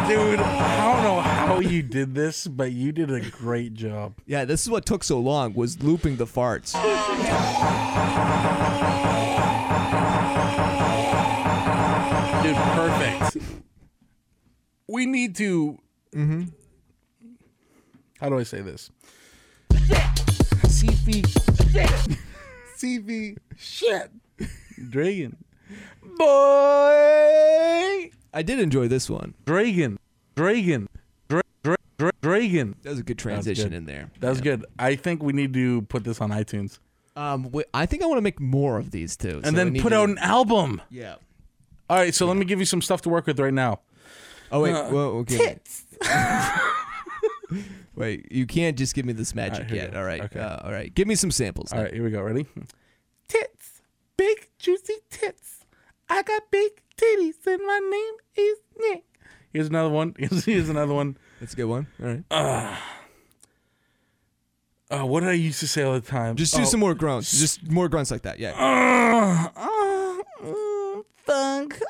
Dude, I don't know how you did this, but you did a great job.
Yeah, this is what took so long was looping the farts.
Dude, perfect. We need to. Mm-hmm. How do I say this? CV. CV. Shit. Dragon. Boy.
I did enjoy this one.
Dragon. Dragon. Dra- dra- dra- Dragon.
That was a good transition
good.
in there.
That was good. I think we need to put this on iTunes
Um, wait, I think I want to make more of these too.
and then put out an album.
Yeah.
All right, so let me give you some stuff to work with right now.
Oh wait. whoa. Okay. Tits. wait. You can't just give me this magic
Alright, here we
yet.
go.
All right.
Okay.
Uh, all right. Give me some samples.
All
now.
right, here we go. Ready?
tits, big juicy tits. I got big titties and my name is Nick.
Here's another one. Here's, here's another one.
That's a good one. All right.
Uh, what did I used to say all the time?
just do
Oh,
some more grunts. Just more grunts like that. Yeah.
Uh,
Oh, mm, funk.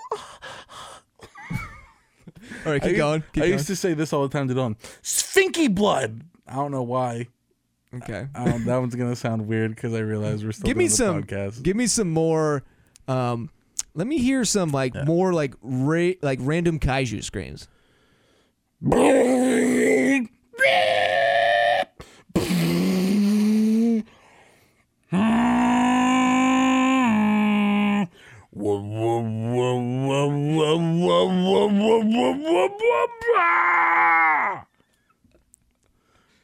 all right.
I
Keep
u-
going. Keep
I
going.
used to say this all the time to Don. Sphinky blood. I don't know why.
okay.
Um, that one's gonna sound weird because I realize we're still
give
doing
me
the
some.
podcast.
Give me some more. Um, let me hear some like more like ra- like random kaiju screams.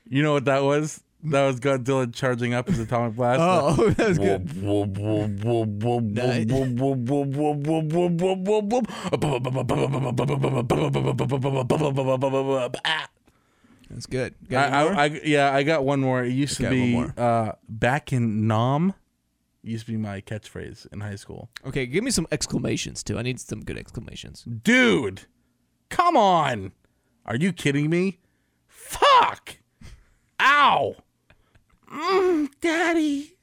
You know what that was? That was Godzilla charging up his atomic blast.
Oh, that was good. Nice. That's good.
I,
Got any more?
I, I, yeah, I got one more. It used
Okay, one
to be uh, back in Nam. Used to be my catchphrase in high school.
okay, give me some exclamations too. I need some good exclamations.
Dude, come on! Are you kidding me? Fuck! Ow! Mm,
Daddy.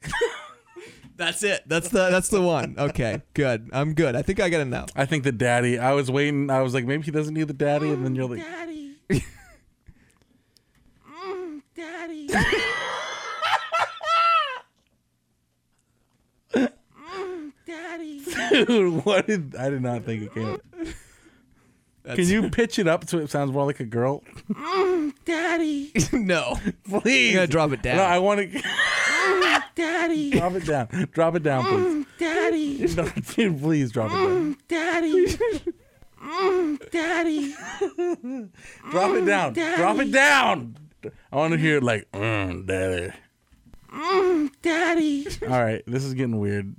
That's it. That's the that's the one. Okay, good. I'm good. I think I got enough.
I think the daddy. I was waiting. I was like, maybe he doesn't need the daddy, and then you're like,
Daddy. Mm, Daddy. Mm, Daddy.
dude, what did? I did not think it came. up. Can you pitch it up so it sounds more like a girl?
Daddy.
no,
Please.
you gotta drop it down.
No, I want to
Daddy.
drop it down. Drop it down, please.
Mm, Daddy.
No, dude, please drop it down.
Daddy. Mm, Daddy. Mm,
Drop it down. Drop it down. I want to hear it like, mm, daddy.
Daddy.
All right, this is getting weird.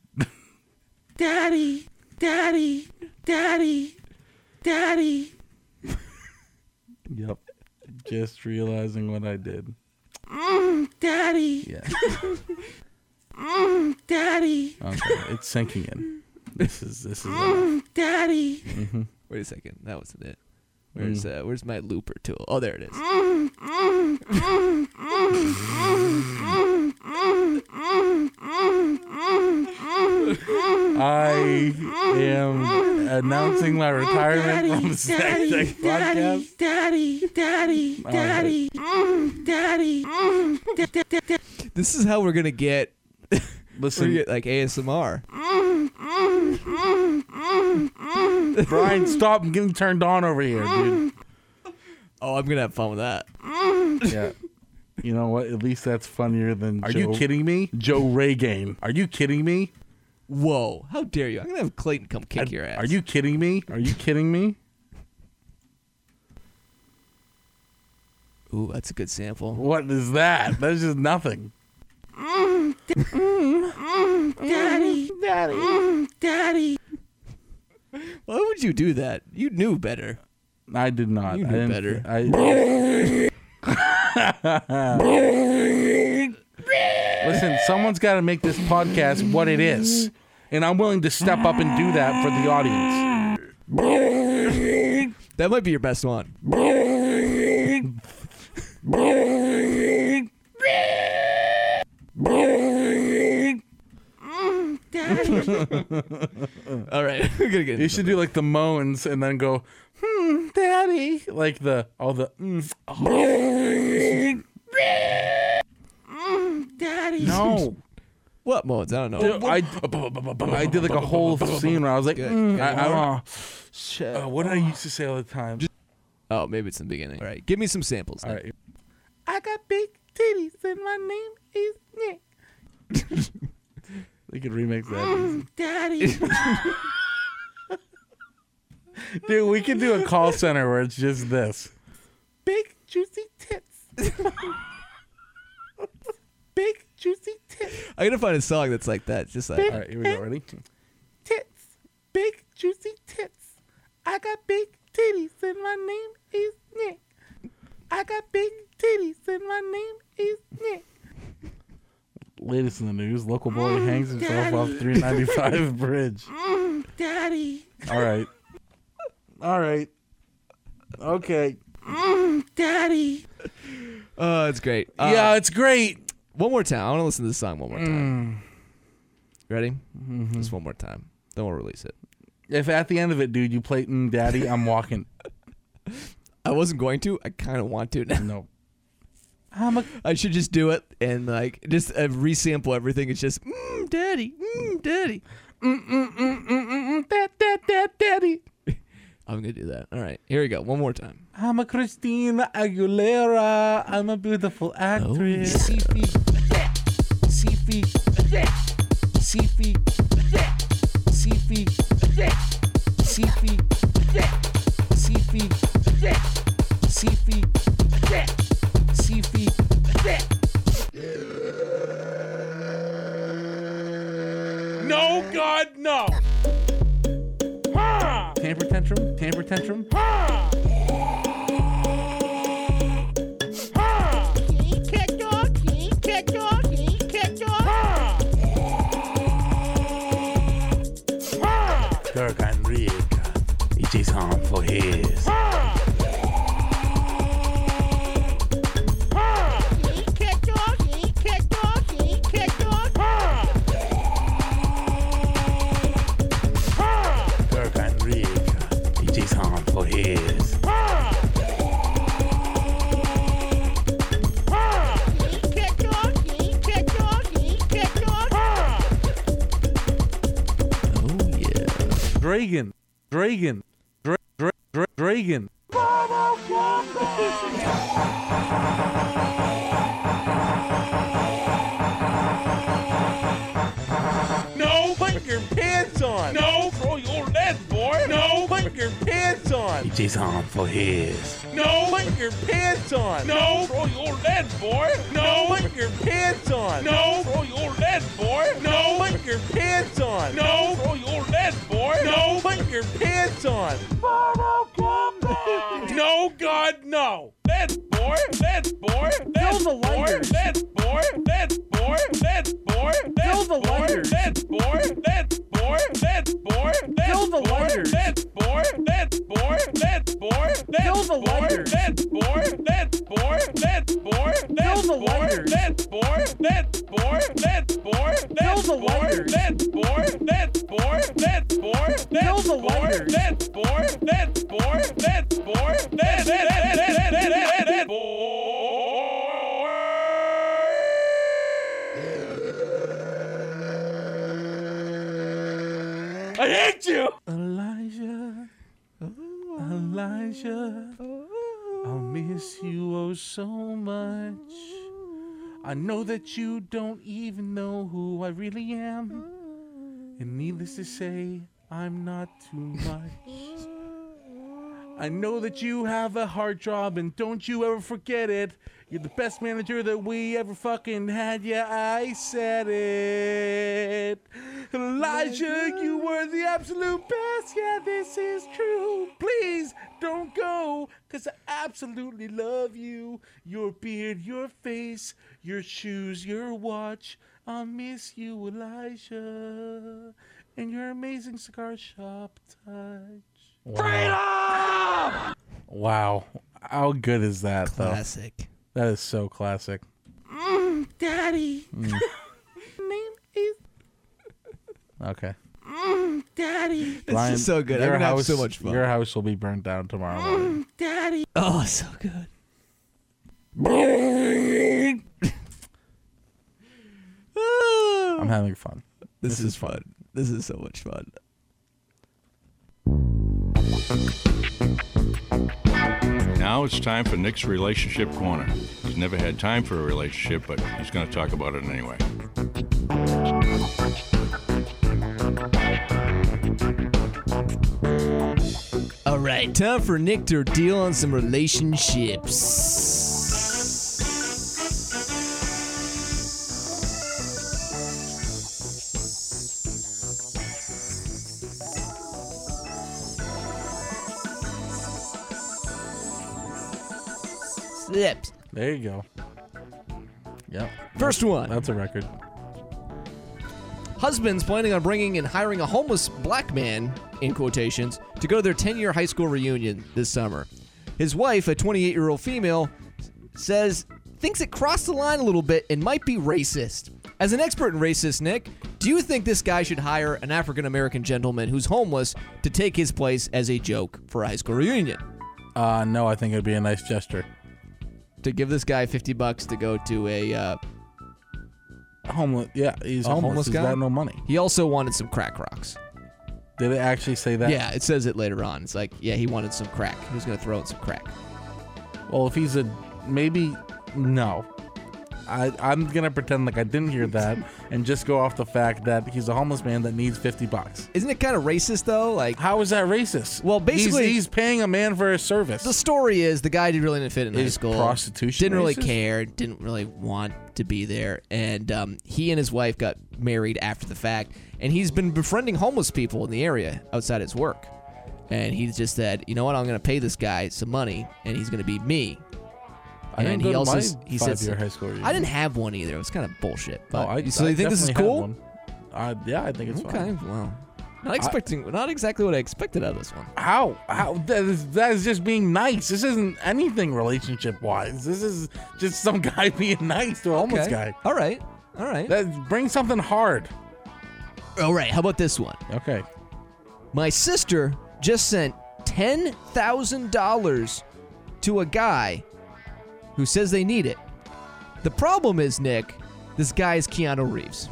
Daddy, Daddy, Daddy, Daddy,
Yep. Just realizing what I did.
Daddy.
Yeah.
Mm, Daddy, Mm,
Okay, it's sinking in. This is this is. uh,
Daddy,
Wait a second. That wasn't it. Where's
Mm.
uh, where's my looper tool? Oh, there it is.
I am am announcing my retirement
Daddy,
from the Stack Deck
daddy,
podcast.
daddy, daddy, daddy, daddy, mm, daddy, mm, da- da- da- da-
This is how we're gonna get we're
Listen,
gonna get, like ASMR.
Brian, stop I'm getting turned on over here, dude.
Mm.
Oh, I'm gonna have fun with that.
Yeah. You know what? At least that's funnier than Are Joe, you kidding me? Joe Reagan. Are you kidding me?
Whoa, how dare you? I'm gonna have Clayton come kick your ass.
Are you kidding me? Are you kidding me?
Ooh, that's a good sample.
What is that? That's just nothing.
daddy, daddy, mm, daddy.
Why would you do that? You knew better.
I did not.
You
I
knew better.
didn't- I, listen, someone's got to make this podcast what it is, and I'm willing to step up and do that for the audience.
That might be your best one. All right, we're gonna get.
You should do like the moans and then go, hmm, daddy, like the all the. oh." Mm.
Mm,
Daddy,
No,
What modes? I don't know.
I, I did like a whole scene where I was like, mm, I, I,
Shit.
uh, what did I used to say all the time?
Oh, maybe it's in the beginning. All right, give me some samples.
All right,
I got big titties and my name is Nick.
they could remake that.
Daddy,
Dude, we could do a call center where it's just this.
big juicy tits. big juicy tits,
I gotta find a song that's like that. Just like
All right, here we go. Ready?
tits, big juicy tits. I got big titties and my name is Nick. I got big titties and my name is Nick.
Latest in the news: local boy hangs himself off 395 bridge.
Mm, Daddy,
All right, all right, okay.
daddy.
oh, it's great. Uh,
yeah, it's great.
One more time. I want to listen to this song one more time. Ready? Just one more time. Then we'll release it.
If at the end of it, dude, you play mm, "Daddy, I'm walking."
I wasn't going to. I kind of want to now.
No, mm,
I should just do it and like just uh, resample everything. It's just, mm, daddy, mm, daddy.
mm,
Dad, dad, dad, daddy.
I'm gonna do that. All right, here we go. One more time.
I'm a Christina Aguilera. I'm a beautiful actress.
Sifi. Sifi. Sifi. Sifi. Sifi. Sifi. Sifi. Sifi.
No, God, no.
Tamper tantrum. Tamper tantrum.
Kirk Enrique. It is harm for his. Kirk Enrique. It is harm for his.
Oh yeah.
Dragon. Dragon. Dra- dra- dra- Dragon.
No, put your pants on. No, throw your lead, boy. No, put your pants on.
It is harm for his.
No, put your pants on. No, throw your lead, boy. No, put your pants on. No, throw your lead, boy. No, put your pants on. No, throw your lead, boy. No, put your pants on. No, God, no. Lead, boy. Lead, boy. Lead,
the
boy.
lighters.
Lead, boy. Lead, boy. Lead, boy. Lead,
the
boy.
lighters.
Lead, boy. Lead, boy. Lead, boy.
Kill the lighters.
Lead, boy. Lead, boy. Lead, boy. Lead,
Kill the
boy.
lighters.
Lead, boy. Lead, boy. Lead, boy. Lead,
the
boy.
lighters.
Lead, boy. Lead, boy. Lead, boy. Lead,
the
boy.
lighters.
Lead, boy. Lead, boy. Lead, boy. Lead, boy.
Kill the
That's boy. That's boy. That's boy. That's boy. That's that boy. I hate you.
Elijah, Elijah, I'll miss you oh so much. I know that you don't even know who I really am, and needless to say, I'm not too much. I know that you have a hard job, and don't you ever forget it. You're the best manager that we ever fucking had. Yeah, I said it. Elijah, you were the absolute best. Yeah, this is true. Please don't go, because I absolutely love you. Your beard, your face, your shoes, your watch. I'll miss you, Elijah, and your amazing cigar shop touch. Wow. How good is that,
Oh. Classic.
though? That is so classic.
Mm,
Daddy.
Hmm.
Name is
Okay.
Daddy.
This is so good. I'm
your
gonna have
house-
so much fun.
Your house will be burnt down tomorrow morning.
Daddy.
Oh, so good. Mm.
I'm having fun.
This, is, fun. This is so much fun.
Now it's time for Nick's Relationship Corner. He's never had time for a relationship, but he's going to talk about it anyway.
All right, time for Nick to deal on some relationships. Slips.
There you go. Yep.
First one.
That's a record.
Husbands planning on bringing and hiring a homeless black man, in quotations, to go to their 10 year high school reunion this summer. His wife, a 28 year old female, s- says, thinks it crossed the line a little bit and might be racist. As an expert in racist, Nick, do you think this guy should hire an African American gentleman who's homeless to take his place as a joke for a high school reunion?
Uh, no, I think it'd be a nice gesture.
To give this guy 50 bucks to go to a. Uh,
Homeless. Yeah, he's
A
homeless.
homeless
he's
guy?
got no money.
he also wanted some crack rocks.
Did it actually say that?
Yeah, it says it later on. It's like, yeah, he wanted some crack. He was going to throw in some crack.
Well, if he's a maybe, no. I, I'm gonna pretend like I didn't hear that and just go off the fact that he's a homeless man that needs 50 bucks.
Isn't it kind of racist though? Like
How is that racist?
Well,
He's-
basically-
he's, paying a man for his service.
the story is the guy didn't really fit in high
Is
school.
prostitution
didn't really
racist?
care. Didn't really want to be there. And um, he and his wife got married after the fact. And he's been befriending homeless people in the area outside his work. And he just said, you know what? I'm going to pay this guy some money, and he's going to be me.
I didn't
and
go
he
to
also
my
s- he
five
said
year high school.
I didn't have one either. It was kind of bullshit. But
Oh, I,
so you think this is
definitely had
cool?
one. Uh, yeah, I think it's
Okay,
fine.
well, not expecting, not exactly what I expected out of this one.
How? How? That is, that is just being nice. This isn't anything relationship wise. This is just some guy being nice to a homeless
okay. Uh,
guy.
All right. All right.
That bring something hard.
All right. How about this one?
Okay.
My sister just sent $10,000 to a guy who says they need it. The problem is, Nick, this guy is Keanu Reeves.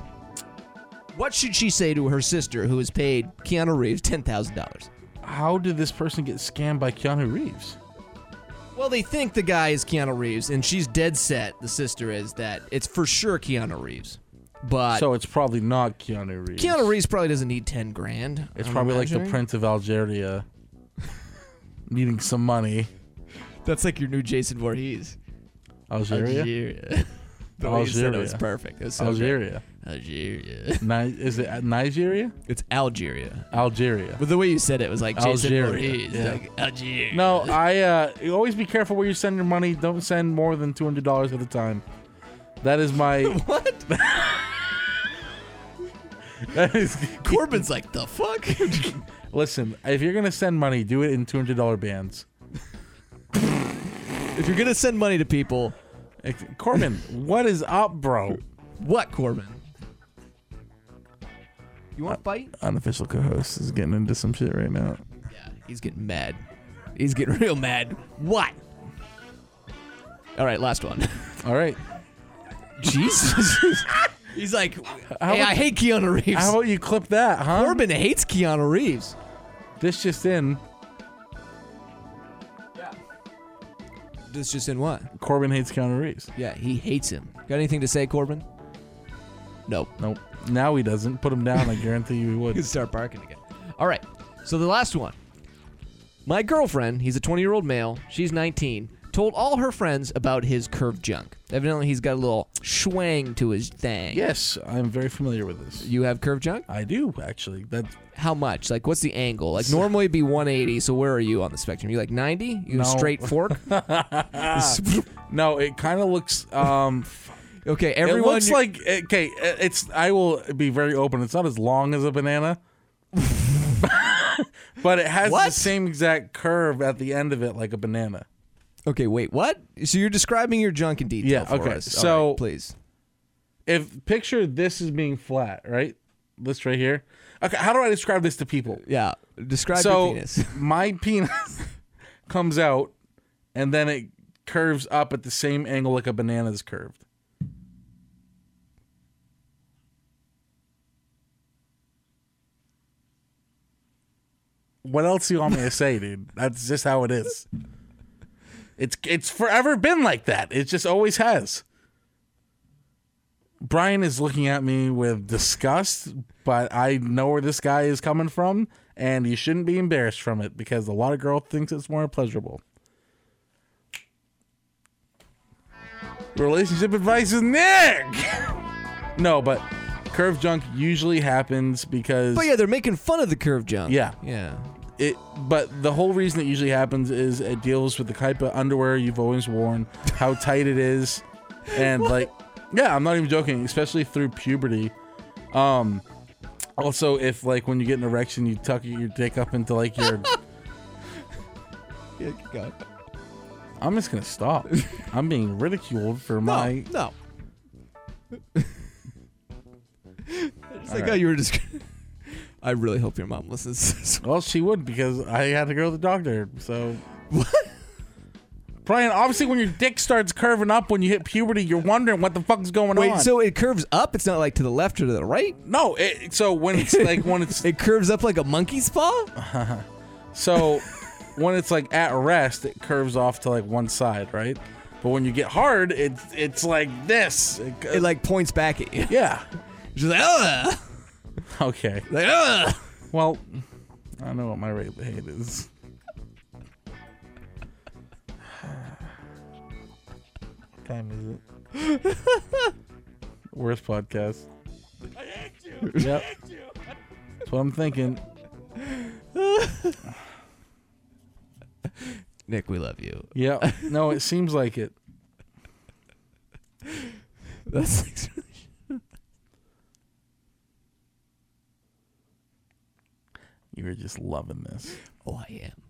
What should she say to her sister who has paid Keanu Reeves $10,000?
How did this person get scammed by Keanu Reeves?
Well, they think the guy is Keanu Reeves, and she's dead set, the sister is, that it's for sure Keanu Reeves. But
so it's probably not Keanu Reeves.
Keanu Reeves probably doesn't need 10 grand.
It's
I'm
probably like the
imagining.
Prince of Algeria needing some money.
That's like your new Jason Voorhees.
Algeria?
Algeria. the way you said it was
Algeria.
perfect. It was so good.
Algeria.
Algeria.
Ni- is it Nigeria?
It's Algeria.
Algeria.
But the way you said it was like Jason
Algeria,
Voorhees.
yeah.
Like, Algeria.
No, I uh, you always be careful where you send your money. Don't send more than two hundred dollars at a time. That is my.
What?
that is.
Corbin's like, the fuck?
Listen, if you're gonna send money, do it in two hundred dollar bands.
if you're going to send money to people,
Like, Corbin, what is up, bro?
what, Corbin? You want to fight?
Unofficial co-host is getting into some shit right now.
Yeah, he's getting mad. He's getting real mad. What? All right, last one.
All right.
Jesus. he's like, hey, I
about-
hate Keanu Reeves.
How about you clip that, huh?
Corbin hates Keanu Reeves.
This just in.
This just in what?
Corbin hates Keanu Reeves.
Yeah, he hates him. Got anything to say, Corbin? Nope.
Nope. Now he doesn't. Put him down. I guarantee you he
You
would.
can start barking again. All right. So the last one. My girlfriend, he's a 20 year old male, she's 19, told all her friends about his curved junk. Evidently, he's got a little schwang to his thing.
Yes, I'm very familiar with this.
You have curved junk?
I do actually. That's
How much? Like, what's the angle? Like, normally it'd be 180, so where are you on the spectrum? You like 90? You
No.
straight fork?
no. It kind of looks. Um,
okay,
it
everyone.
looks like okay. It's. I will be very open. It's not as long as a banana, but it has the
What?
same exact curve at the end of it like a banana.
Okay, wait, what? So you're describing your junk in detail
Yeah,
for
okay,
us. All
so-
right, please.
If picture this as being flat, right? This right here. Okay. How do I describe this to people?
Yeah, describe
so
your penis.
my penis comes out and then it curves up at the same angle like a banana's curved. What else you want me to say, dude? That's just how it is. It's it's forever been like that. It just always has. Brian is looking at me with disgust, but I know where this guy is coming from, and you shouldn't be embarrassed from it because a lot of girl thinks it's more pleasurable. Relationship advice is Nick. no, but curve junk usually happens because
But Oh, yeah, they're making fun of the curved junk.
Yeah.
Yeah.
it but the whole reason it usually happens is it deals with the type of underwear you've always worn how tight it is and like yeah i'm not even joking especially through puberty um also if like when you get an erection you tuck your dick up into like your
Yeah, God.
i'm just gonna stop i'm being ridiculed for my
No. it's like
Alright.
how you were describing. I really hope your mom listens. to this.
well she would because i had to go to the doctor so brian obviously when your dick starts curving up when you hit puberty you're wondering what the fuck's going
Wait,
on
so it curves up? It's not like to the left or to the right?
no it, so when it's like when it's
It curves up like a monkey's paw?
So when it's like at rest, it curves off to like one side, right? But when you get hard, it's it's like this. It,
It like points back at you.
yeah.
She's like, "Ah!" ugh!
Okay.
Like, ugh!
Well, I know what my rate of hate is. What time is it? Worst podcast. I hate you. Yep. That's what I'm thinking.
Nick, we love you.
Yeah. No, it seems like it.
That's like,
You were just loving this.
oh, I am.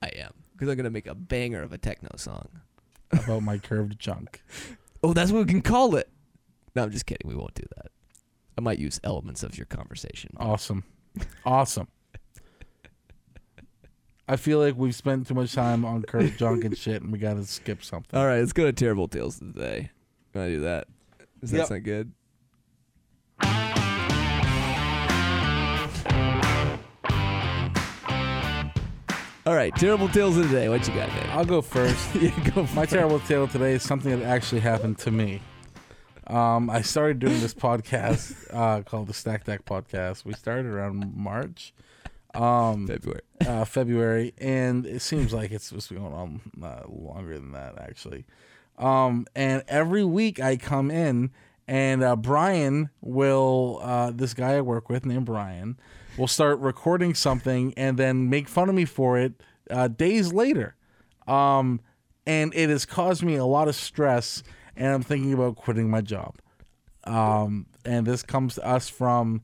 I am. Because I'm going to make a banger of a techno song.
About my curved junk.
Oh, that's what we can call it. No, I'm just kidding. We won't do that. I might use elements of your conversation.
Awesome. Awesome. I feel like we've spent too much time on Kurt Junk and shit, and we got to skip something.
All right, let's go to terrible tales today. Can I do that? Does that
Yep.
sound good? All right, terrible tales of the day. What you got, man?
I'll go first.
yeah, go
My terrible tale today is something that actually happened to me. Um, I started doing this podcast uh, called the Stack Deck Podcast. We started around March, um,
February.
uh, February, and it seems like it's supposed to be going on uh, longer than that, actually. Um, and every week I come in, and uh, Brian will, uh, this guy I work with named Brian, will start recording something and then make fun of me for it uh, days later. Um, and it has caused me a lot of stress, and I'm thinking about quitting my job. Um, and this comes to us from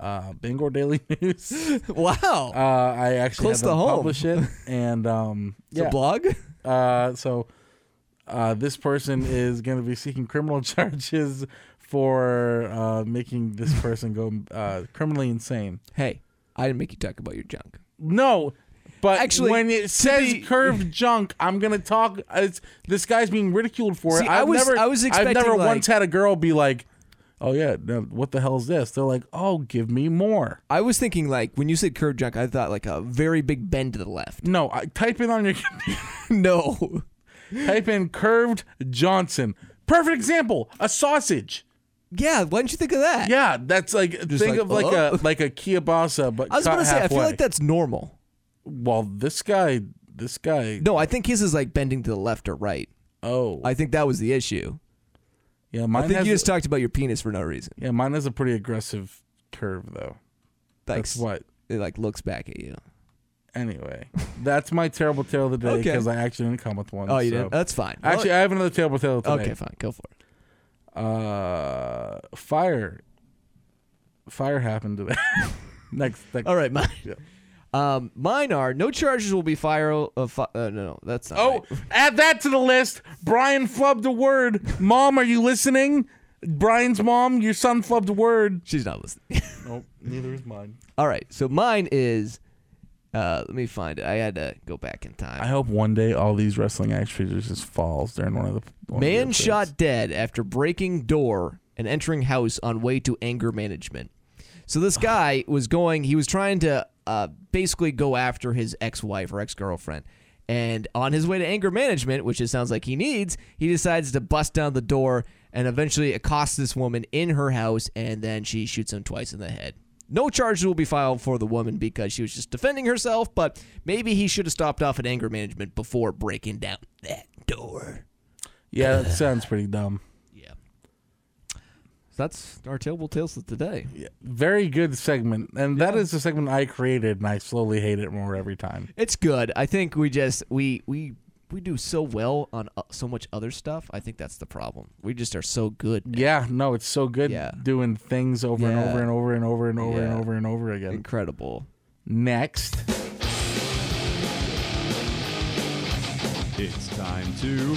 uh, Bangor Daily News.
Wow.
Uh, I actually
Close
had them
to home.
publish it, and um,
It's a
yeah.
blog?
Uh, so uh, this person is going to be seeking criminal charges for uh, making this person go uh, criminally insane.
Hey, I didn't make you talk about your junk.
No, but
Actually,
actually, when
to
it says
be-
curved junk, I'm gonna talk. It's, this guy's being ridiculed for
See,
it.
I
I've
was-
never,
I was expecting,
I've never
like-
once had a girl be like, "Oh yeah, now what the hell is this?" They're like, "Oh, give me more."
I was thinking like when you said curb junk, I thought like a very big bend to the left.
No, I, type in on your
no.
type in curved Johnson. Perfect example: a sausage.
Yeah, why didn't you think of that?
Yeah, that's like think
like,
of like
oh.
a like a kielbasa, but
I was
cut
gonna say I feel
halfway.
like that's normal.
Well, this guy, this guy.
No, I think his is like bending to the left or right.
Oh,
I think that was the issue.
yeah, mine
I think
has
you
a-
just talked about your penis for no reason.
yeah, mine has a pretty aggressive curve though.
Thanks.
That's what.
It like looks back at you.
Anyway, that's my terrible tale of the day
Okay.
because I actually didn't come with one.
Oh, you
so-
didn't. That's fine. Well,
Actually, I have another terrible tale today.
okay, fine. Go for it.
Uh, fire. Fire happened today. next, next.
All right, mine. Um, mine are no charges will be fire. Uh, fi- uh, no, no, that's not.
Oh,
right.
add that to the list. Brian flubbed a word. Mom, are you listening? Brian's mom, your son flubbed a word.
she's not listening.
Nope, neither is mine.
All right, so mine is. Uh, let me find it. I had to go back in time.
I hope one day all these wrestling actors just falls during one of the one of the
Man
episodes.
shot dead after breaking door and entering house on way to anger management. So this guy was going. He was trying to uh, basically go after his ex-wife or ex-girlfriend. And on his way to anger management, which it sounds like he needs, he decides to bust down the door and eventually accosts this woman in her house, and then she shoots him twice in the head. No charges will be filed for the woman because she was just defending herself, but maybe he should have stopped off at anger management before breaking down that door.
Yeah, that sounds pretty dumb.
Yeah. So that's our terrible tales of today.
Very good segment, and that is a segment I created, and I slowly hate it more every time.
It's good. I think we just we we we do so well on uh, so much other stuff. I think that's the problem. We just are so good.
Yeah, no, it's so good
Yeah.
doing things over
Yeah.
and over and over and over and over
Yeah.
and over and over again.
Incredible.
Next,
It's time to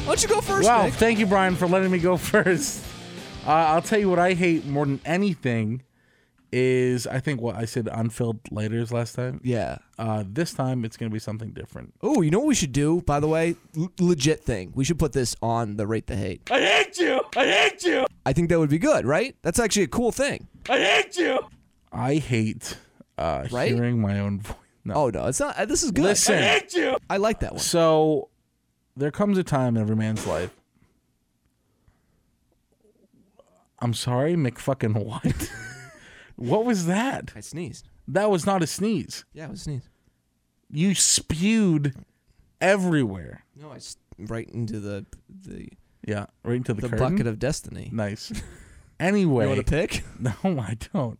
Why don't you go first,
wow,
Nick?
thank you, Brian, for letting me go first. Uh, I'll tell you what I hate more than anything is I think what I said unfilled lighters last time.
Yeah.
Uh, this time it's gonna be something different.
Oh, you know what we should do? By the way, L- legit thing. We should put this on the rate the hate. I hate you. I hate you. I think that would be good, right? That's actually a cool thing.
I hate uh,
Right?
hearing my own voice. No.
Oh no, it's not. uh, This is good.
Listen,
I like that one.
so there comes a time in every man's life. I'm sorry, McFucking what? what was that?
I sneezed.
That was not a sneeze.
Yeah, it was a sneeze.
You spewed everywhere.
No, I s- right into the the,
Yeah, right into the,
the
curtain.
bucket of destiny.
nice. Anyway,
You want to pick?
No, I don't.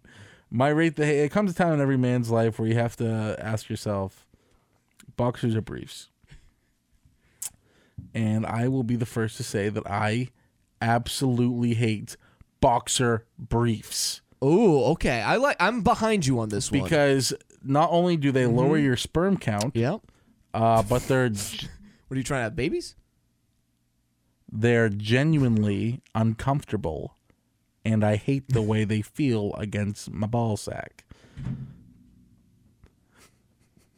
My rate the it comes a time in every man's life where you have to ask yourself, boxers or briefs. And I will be the first to say that I absolutely hate boxer briefs
Oh, okay. I like. I'm behind you on this one.
because not only do they lower your sperm count,
Mm-hmm. yeah.
uh, but they're
What are you trying to have babies?
they're genuinely uncomfortable, and I hate the way they feel against my ball sack.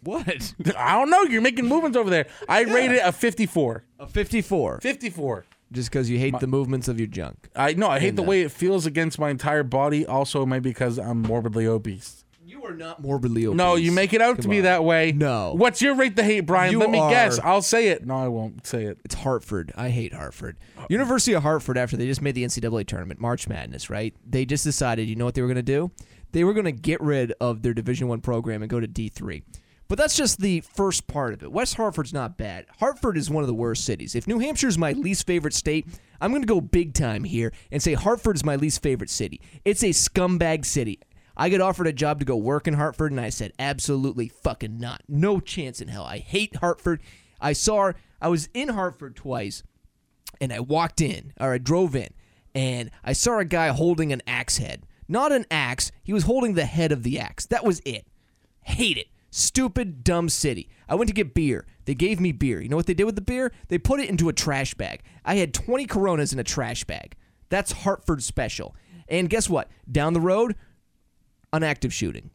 What?
I don't know. You're making movements over there. I rate it a 54.
A 54.
54.
Just because you hate the movements of your junk.
I know. I hate the way it feels against my entire body. Also, maybe because I'm morbidly obese.
You are not morbidly obese.
No, you make it out to
Come
be
on.
that way.
No.
What's your rate the hate, Brian?
You
Let me
are-
guess. I'll say it. No, I won't say it.
It's Hartford. I hate Hartford. University of Hartford. After they just made the NCAA tournament, March Madness, right? They just decided. You know what they were going to do? They were going to get rid of their Division One program and go to D three. But that's just the first part of it. West Hartford's not bad. Hartford is one of the worst cities. If New Hampshire's my least favorite state, I'm going to go big time here and say Hartford's my least favorite city. It's a scumbag city. I got offered a job to go work in Hartford, and I said, absolutely fucking not. No chance in hell. I hate Hartford. I saw her. I was in Hartford twice, and I walked in, or I drove in, and I saw a guy holding an axe head. Not an axe, he was holding the head of the axe. That was it. Hate it. stupid, dumb city. I went to get beer. They gave me beer. You know what they did with the beer? They put it into a trash bag. I had 20 Coronas in a trash bag. That's Hartford special. And guess what? Down the road, an active shooting.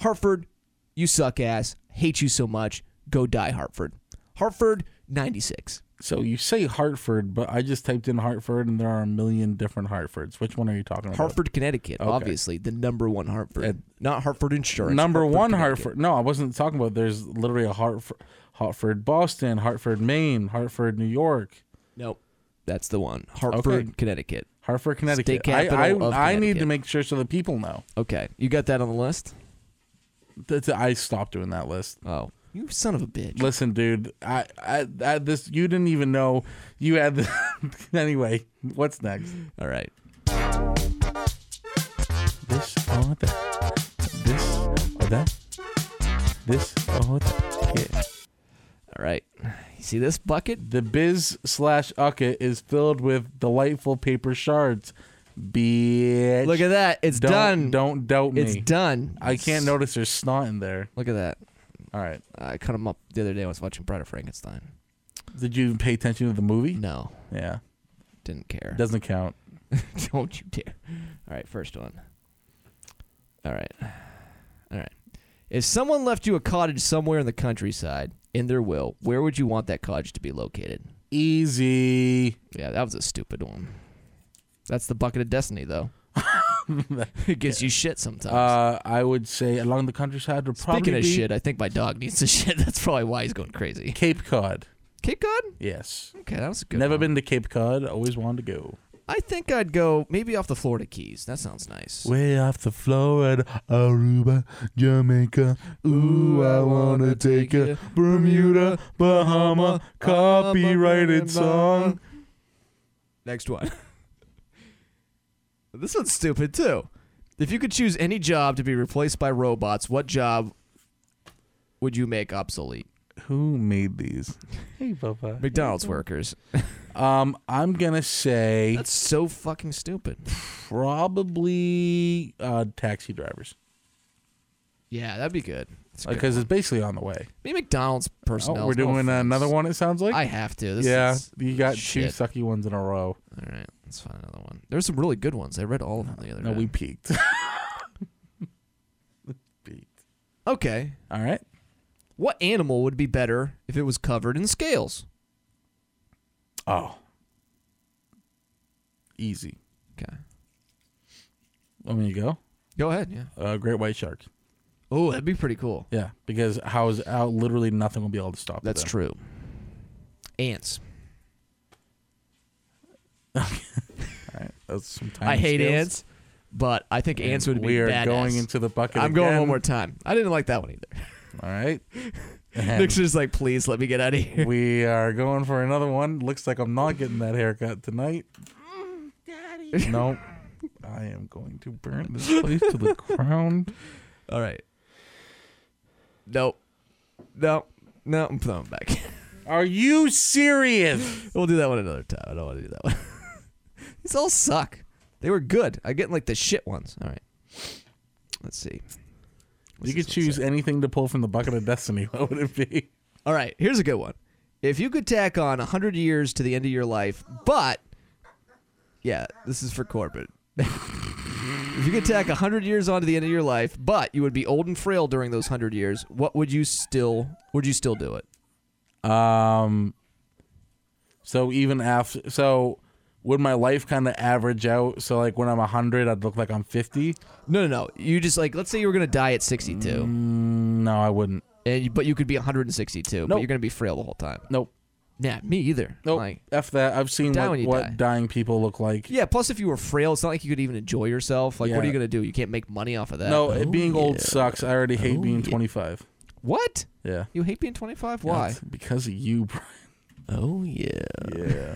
Hartford, you suck ass. Hate you so much. Go die, Hartford. Hartford, 96.
So you say Hartford, but I just typed in Hartford, and there are a million different Hartfords. Which one are you talking about?
Hartford, Connecticut, obviously. The number one Hartford. Not Hartford Insurance.
Number
Hartford,
one,
Connecticut.
Hartford. No, I wasn't talking about. There's literally a Hartford, Hartford, Boston, Hartford, Maine, Hartford, New York,
Nope. That's the one. Hartford,
Okay.
Connecticut.
Hartford, Connecticut.
capital
I, I,
of
I need to
Connecticut.
make sure so the people know.
Okay. You got that on the list?
That's, I stopped doing that list.
Oh. You son of a bitch.
Listen, dude, I, I, I this you didn't even know you had. The, anyway, what's next?
All right.
This or that. This or that. This or that. Yeah.
All right. You see this bucket?
The biz slash ucket is filled with delightful paper shards. Bitch.
Look at that. It's
don't,
done.
Don't doubt me.
It's done.
I can't notice there's snot in there.
Look at that.
All right.
I cut him up the other day. I was watching Bride of Frankenstein.
Did you even pay attention to the movie?
No,
Yeah.
didn't care.
Doesn't count.
Don't you dare. All right, first one. All right. All right. If someone left you a cottage somewhere in the countryside in their will, where would you want that cottage to be located?
Easy.
Yeah, that was a stupid one. That's the bucket of destiny, though. it gives you shit sometimes.
Uh, I would say along the countryside would probably
Speaking of
be
shit, I think my dog needs to shit. That's probably why he's going crazy.
Cape Cod.
Cape Cod?
Yes.
Okay, that was a good.
Never
one.
been to Cape Cod. Always wanted to go.
I think I'd go maybe off the Florida Keys. That sounds nice.
Way off the Florida, Aruba, Jamaica. Ooh, I wanna take a Bermuda, Bahama, copyrighted song.
Next one. this one's stupid too. If you could choose any job to be replaced by robots, what job would you make obsolete?
Who made these? Hey, Papa.
McDonald's workers.
Um, I'm gonna say
That's so fucking stupid.
probably uh, taxi drivers
Yeah, that'd be good. It's a good
because it's basically on the way.
one. me McDonald's
Oh,
personnel.
we're
no
doing
offense.
another one. It sounds like.
I have to. This
yeah,
is-
you got
shit.
two sucky ones in a row.
All right, let's find another one. There's some really good ones. I read all of them the other
No,
day.
we peaked. peaked.
okay.
All right.
What animal would be better if it was covered in scales?
Oh, easy.
Okay.
Want me to go?
Go ahead. Yeah.
Uh, great white shark.
Oh, that'd be pretty cool.
Yeah, because how is out? Literally nothing will be able to stop.
That's
them.
true. Ants.
That's some
I
tiny
hate
scales.
ants, but I think ants would be
We are
badass.
going into the bucket.
I'm going
again.
one more time. I didn't like that one either.
All right. And-
Nick's just like, please let me get out of here.
We are going for another one. Looks like I'm not getting that haircut tonight.
Mm,
Daddy. Nope. I am going to burn this place to the ground.
All right. Nope. Nope. No, I'm throwing back.
Are you serious?
we'll do that one another time. I don't want to do that one. These all suck. They were good. I'm getting like the shit ones. All right. Let's see.
You
What's this
could
one say?
choose anything to pull from the bucket of destiny. What would it be?
All right, here's a good one. If you could tack on 100 years to the end of your life, but yeah, this is for corporate. if you could tack 100 years onto the end of your life, but you would be old and frail during those 100 years, what would you still would you still do it?
Um. So even after, so would my life kind of average out? So like when I'm hundred, I'd look like I'm fifty.
No, no, no. You just like let's say you were going to die at
Mm.
62
No, I wouldn't.
and you, but you could be 162, but
Nope.
you're going to be frail the whole time.
Nope.
Yeah, me either.
Nope.
Like,
F that. I've seen
Die
what,
when you
what
die.
dying people look like.
yeah, plus if you were frail, it's not like you could even enjoy yourself. Like what are
Yeah.
you going to do? You can't make money off of that.
No, it being old sucks. I already
Oh,
hate being 25.
What?
Yeah.
You hate being 25? Why?
That's because of you, Brian.
Oh yeah. Oh,
Yeah.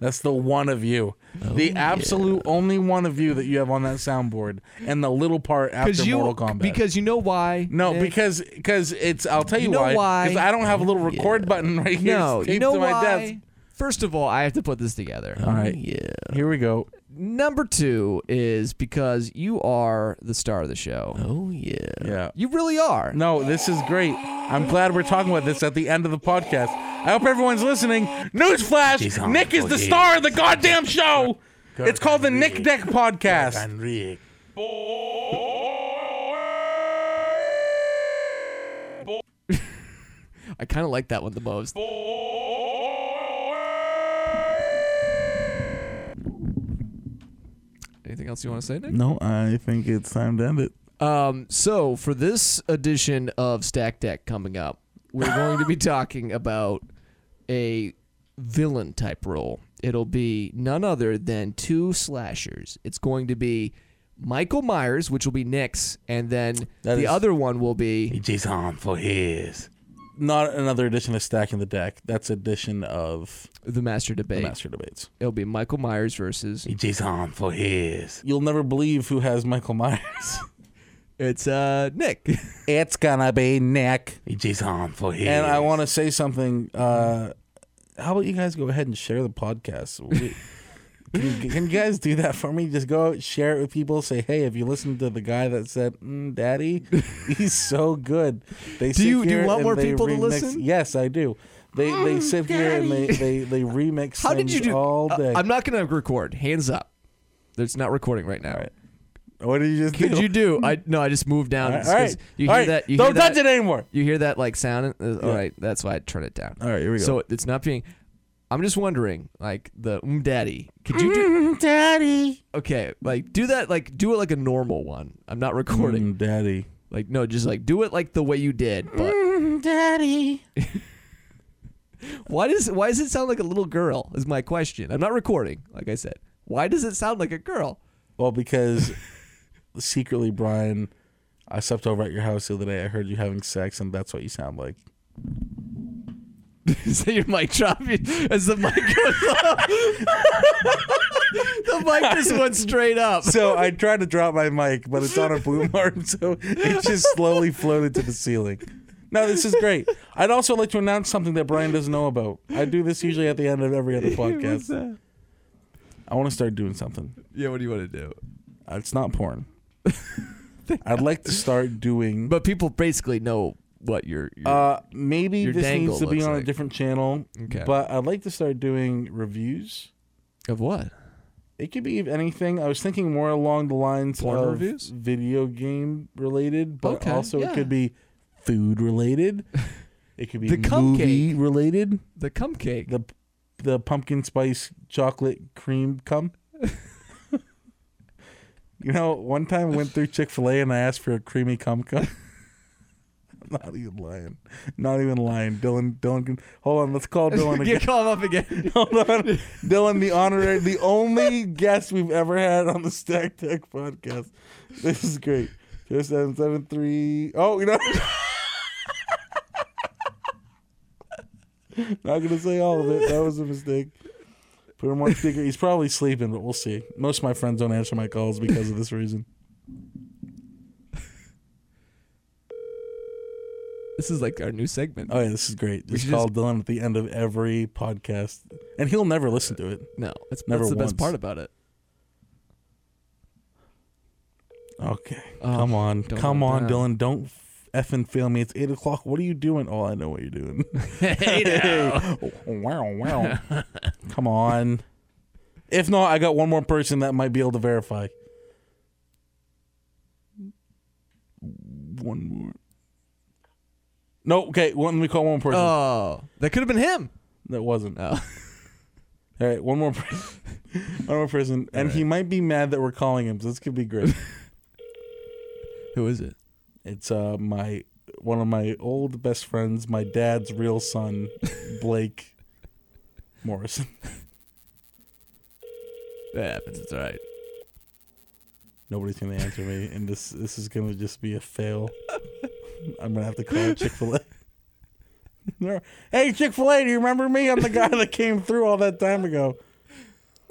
That's the one of you. the absolute only one of you that you have on that soundboard and the little part after
you
Mortal Kombat.
because you know why?
no,
Nick?
because because it's I'll tell you,
know why?
Because I don't have a little record button right here.
no,
It's
you
taped
know
to my
why?
desk.
First of all, I have to put this together.
All right. Here we go.
Number two is because you are the star of the show.
Oh yeah.
Yeah.
You really are.
No, this is great. I'm glad we're talking about this at the end of the podcast. I hope everyone's listening. Newsflash: Nick is the star of the goddamn show. It's called the Nick Deck Podcast.
Enrique.
I kind of like that one the most. Anything else you want to say, Nick?
No, I think it's time to end it.
Um, so for this edition of Stack Deck coming up, we're going to be talking about a villain type role. It'll be none other than two slashers. It's going to be Michael Myers, which will be Nick's, and then the
is-
other one will be
It is harmful his.
Not another edition of Stacking the Deck. That's edition of
the Master Debate.
Master Debates.
It'll be Michael Myers versus
It is harmful his.
You'll never believe who has Michael Myers.
it's uh Nick.
it's gonna be Nick.
It is harmful his.
And I want to say something. Uh, how about you guys go ahead and share the podcast? We- can, you, can you guys do that for me? Just go out, share it with people. Say, hey, have you listened to the guy that said, mm, "Daddy, he's so good"? They sit
you- do you
here
want
and
more
they
people to
remix-
listen? Mm,
Yes, I do. They they sit here and they they they remix.
How did you
things
do?
all
uh,
day?
I'm not gonna record. Hands up. It's not recording right now.
what did you just
Could
do?
you do? I no. I just moved down.
all right,
It's
all
'cause
right.
You
all
hear
right.
that? You
Don't
hear
touch
that,
it anymore.
You hear that like sound? Uh, All
Yeah.
right, that's why I turned it down.
All right, here we go.
So I'm just not being. I'm just wondering, like the mm, daddy. Could you do?
Daddy.
Okay, like do that. Like do it like a normal one. I'm not recording.
Mm, Daddy.
Like no, just like do it like the way you did. But
Mm-hmm,
Daddy.
why does why does it sound like a little girl? Is my question. I'm not recording. Like I said, why does it sound like a girl?
Well, because secretly, Brian, I slept over at your house the other day. I heard you having sex, and that's what you sound like.
Is that your mic dropping as the mic goes up? the mic just went straight up.
So I tried to drop my mic, but it's on a boom arm, so it just slowly floated to the ceiling. No, this is great. I'd also like to announce something that Brian doesn't know about. I do this usually at the end of every other podcast. I want to start doing something.
Yeah, what do you want to do?
Uh, It's not porn. I'd like to start doing.
But people basically know what you're. you're
Uh, maybe
Your
this needs
dangle
to be
looks
on a
like-
different channel.
Okay.
But I'd like to start doing reviews.
of what?
It could be of anything. I was thinking more along the lines
Porn
of
reviews?
video game related, but
Okay,
also
yeah.
it could be food related. It could be
The cupcake.
movie related.
The cum cake.
The the pumpkin spice chocolate cream cum. you know, one time I went through Chick Fil A and I asked for a creamy cum cum. I'm not even lying. Not even lying. Dylan, Dylan, can, hold on. Let's call Dylan again.
you call him up again.
Hold on. Dylan, the honorary, the only guest we've ever had on the Stack Tech podcast. This is great. 2773. Oh, you know. Not going to say all of it. That was a mistake. Put him on speaker. He's probably sleeping, but we'll see. Most of my friends don't answer my calls because of this reason.
This is like our new segment.
Oh, yeah, this is great. Just
should
call
just-
Dylan at the end of every podcast, and he'll never listen to it.
no, that's,
Never
that's the
once.
best part about it.
Okay.
Oh,
come on.
don't
Come
go
on,
down.
Dylan. Don't effing fail me. It's 8 o'clock. What are you doing? Oh, I know what you're doing.
Oh.
wow, wow. come on. If not, I got one more person that might be able to verify. One more. No, okay. One, let me call one more person.
Oh, that could have been him.
that wasn't.
Oh.
All right, one more person. one more person. And he might be mad that we're calling him, so this could be great.
Who is it?
It's uh my one of my old best friends, my dad's real son, Blake Morrison.
That happens. It's all right.
Nobody's gonna answer me, and this this is gonna just be a fail. I'm gonna have to call Chick Fil A. hey Chick Fil A, do you remember me? I'm the guy that came through all that time ago.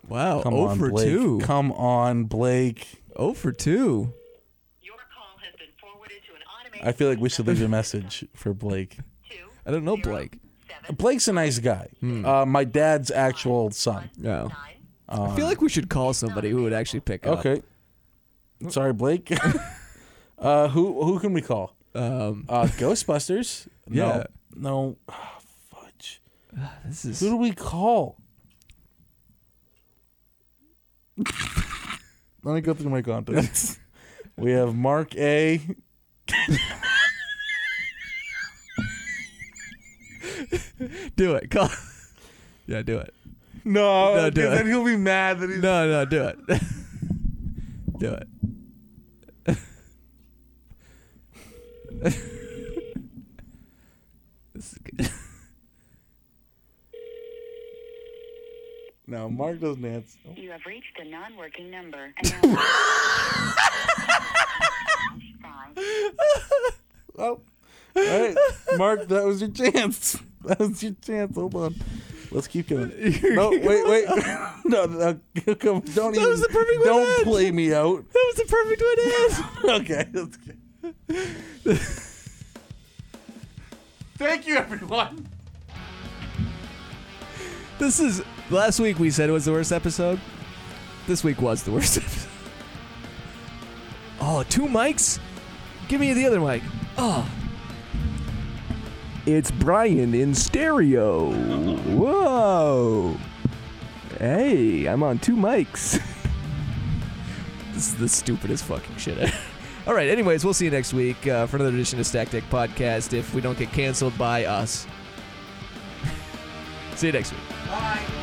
Wow.
Come
oh
on,
for
Blake.
two.
Come on, Blake.
oh for two.
Your call has been forwarded to an automated.
I feel like we should leave a message for Blake.
Two,
I don't know, Blake.
seven,
Hmm.
Blake's a nice guy. Uh, my dad's actual son.
No.
nine,
I feel like we should call somebody who would actually pick up.
Okay. Uh, Oh. Sorry, Blake. uh, who who can we call? Um, uh, Ghostbusters.
yeah.
No. no. Fudge.
This
Who
is
do we call? Let me go through my contacts. we have Mark A.
do it. Call. yeah, do it.
No,
No, do
'cause
it.
then he'll be mad that he's.
No, no, do it. do it. this is good.
No, Mark doesn't answer.
You have reached a non-working number. And now-
Oh. All right, Mark, that was your chance. That was your chance. Hold on. Let's keep going. No, wait, wait. No, no, come- don't even.
was the perfect way to
Don't
end.
play me out.
That was the perfect way to end.
Okay, that's good. Thank you, everyone.
This is last week we said it was the worst episode. This week was the worst episode. Oh, two mics? Give me the other mic. Oh. It's Brian in stereo. Whoa. Hey, I'm on two mics. this is the stupidest fucking shit ever. All right, anyways, we'll see you next week uh, for another edition of Stack Deck Podcast if we don't get canceled by us. see you next week.
Bye.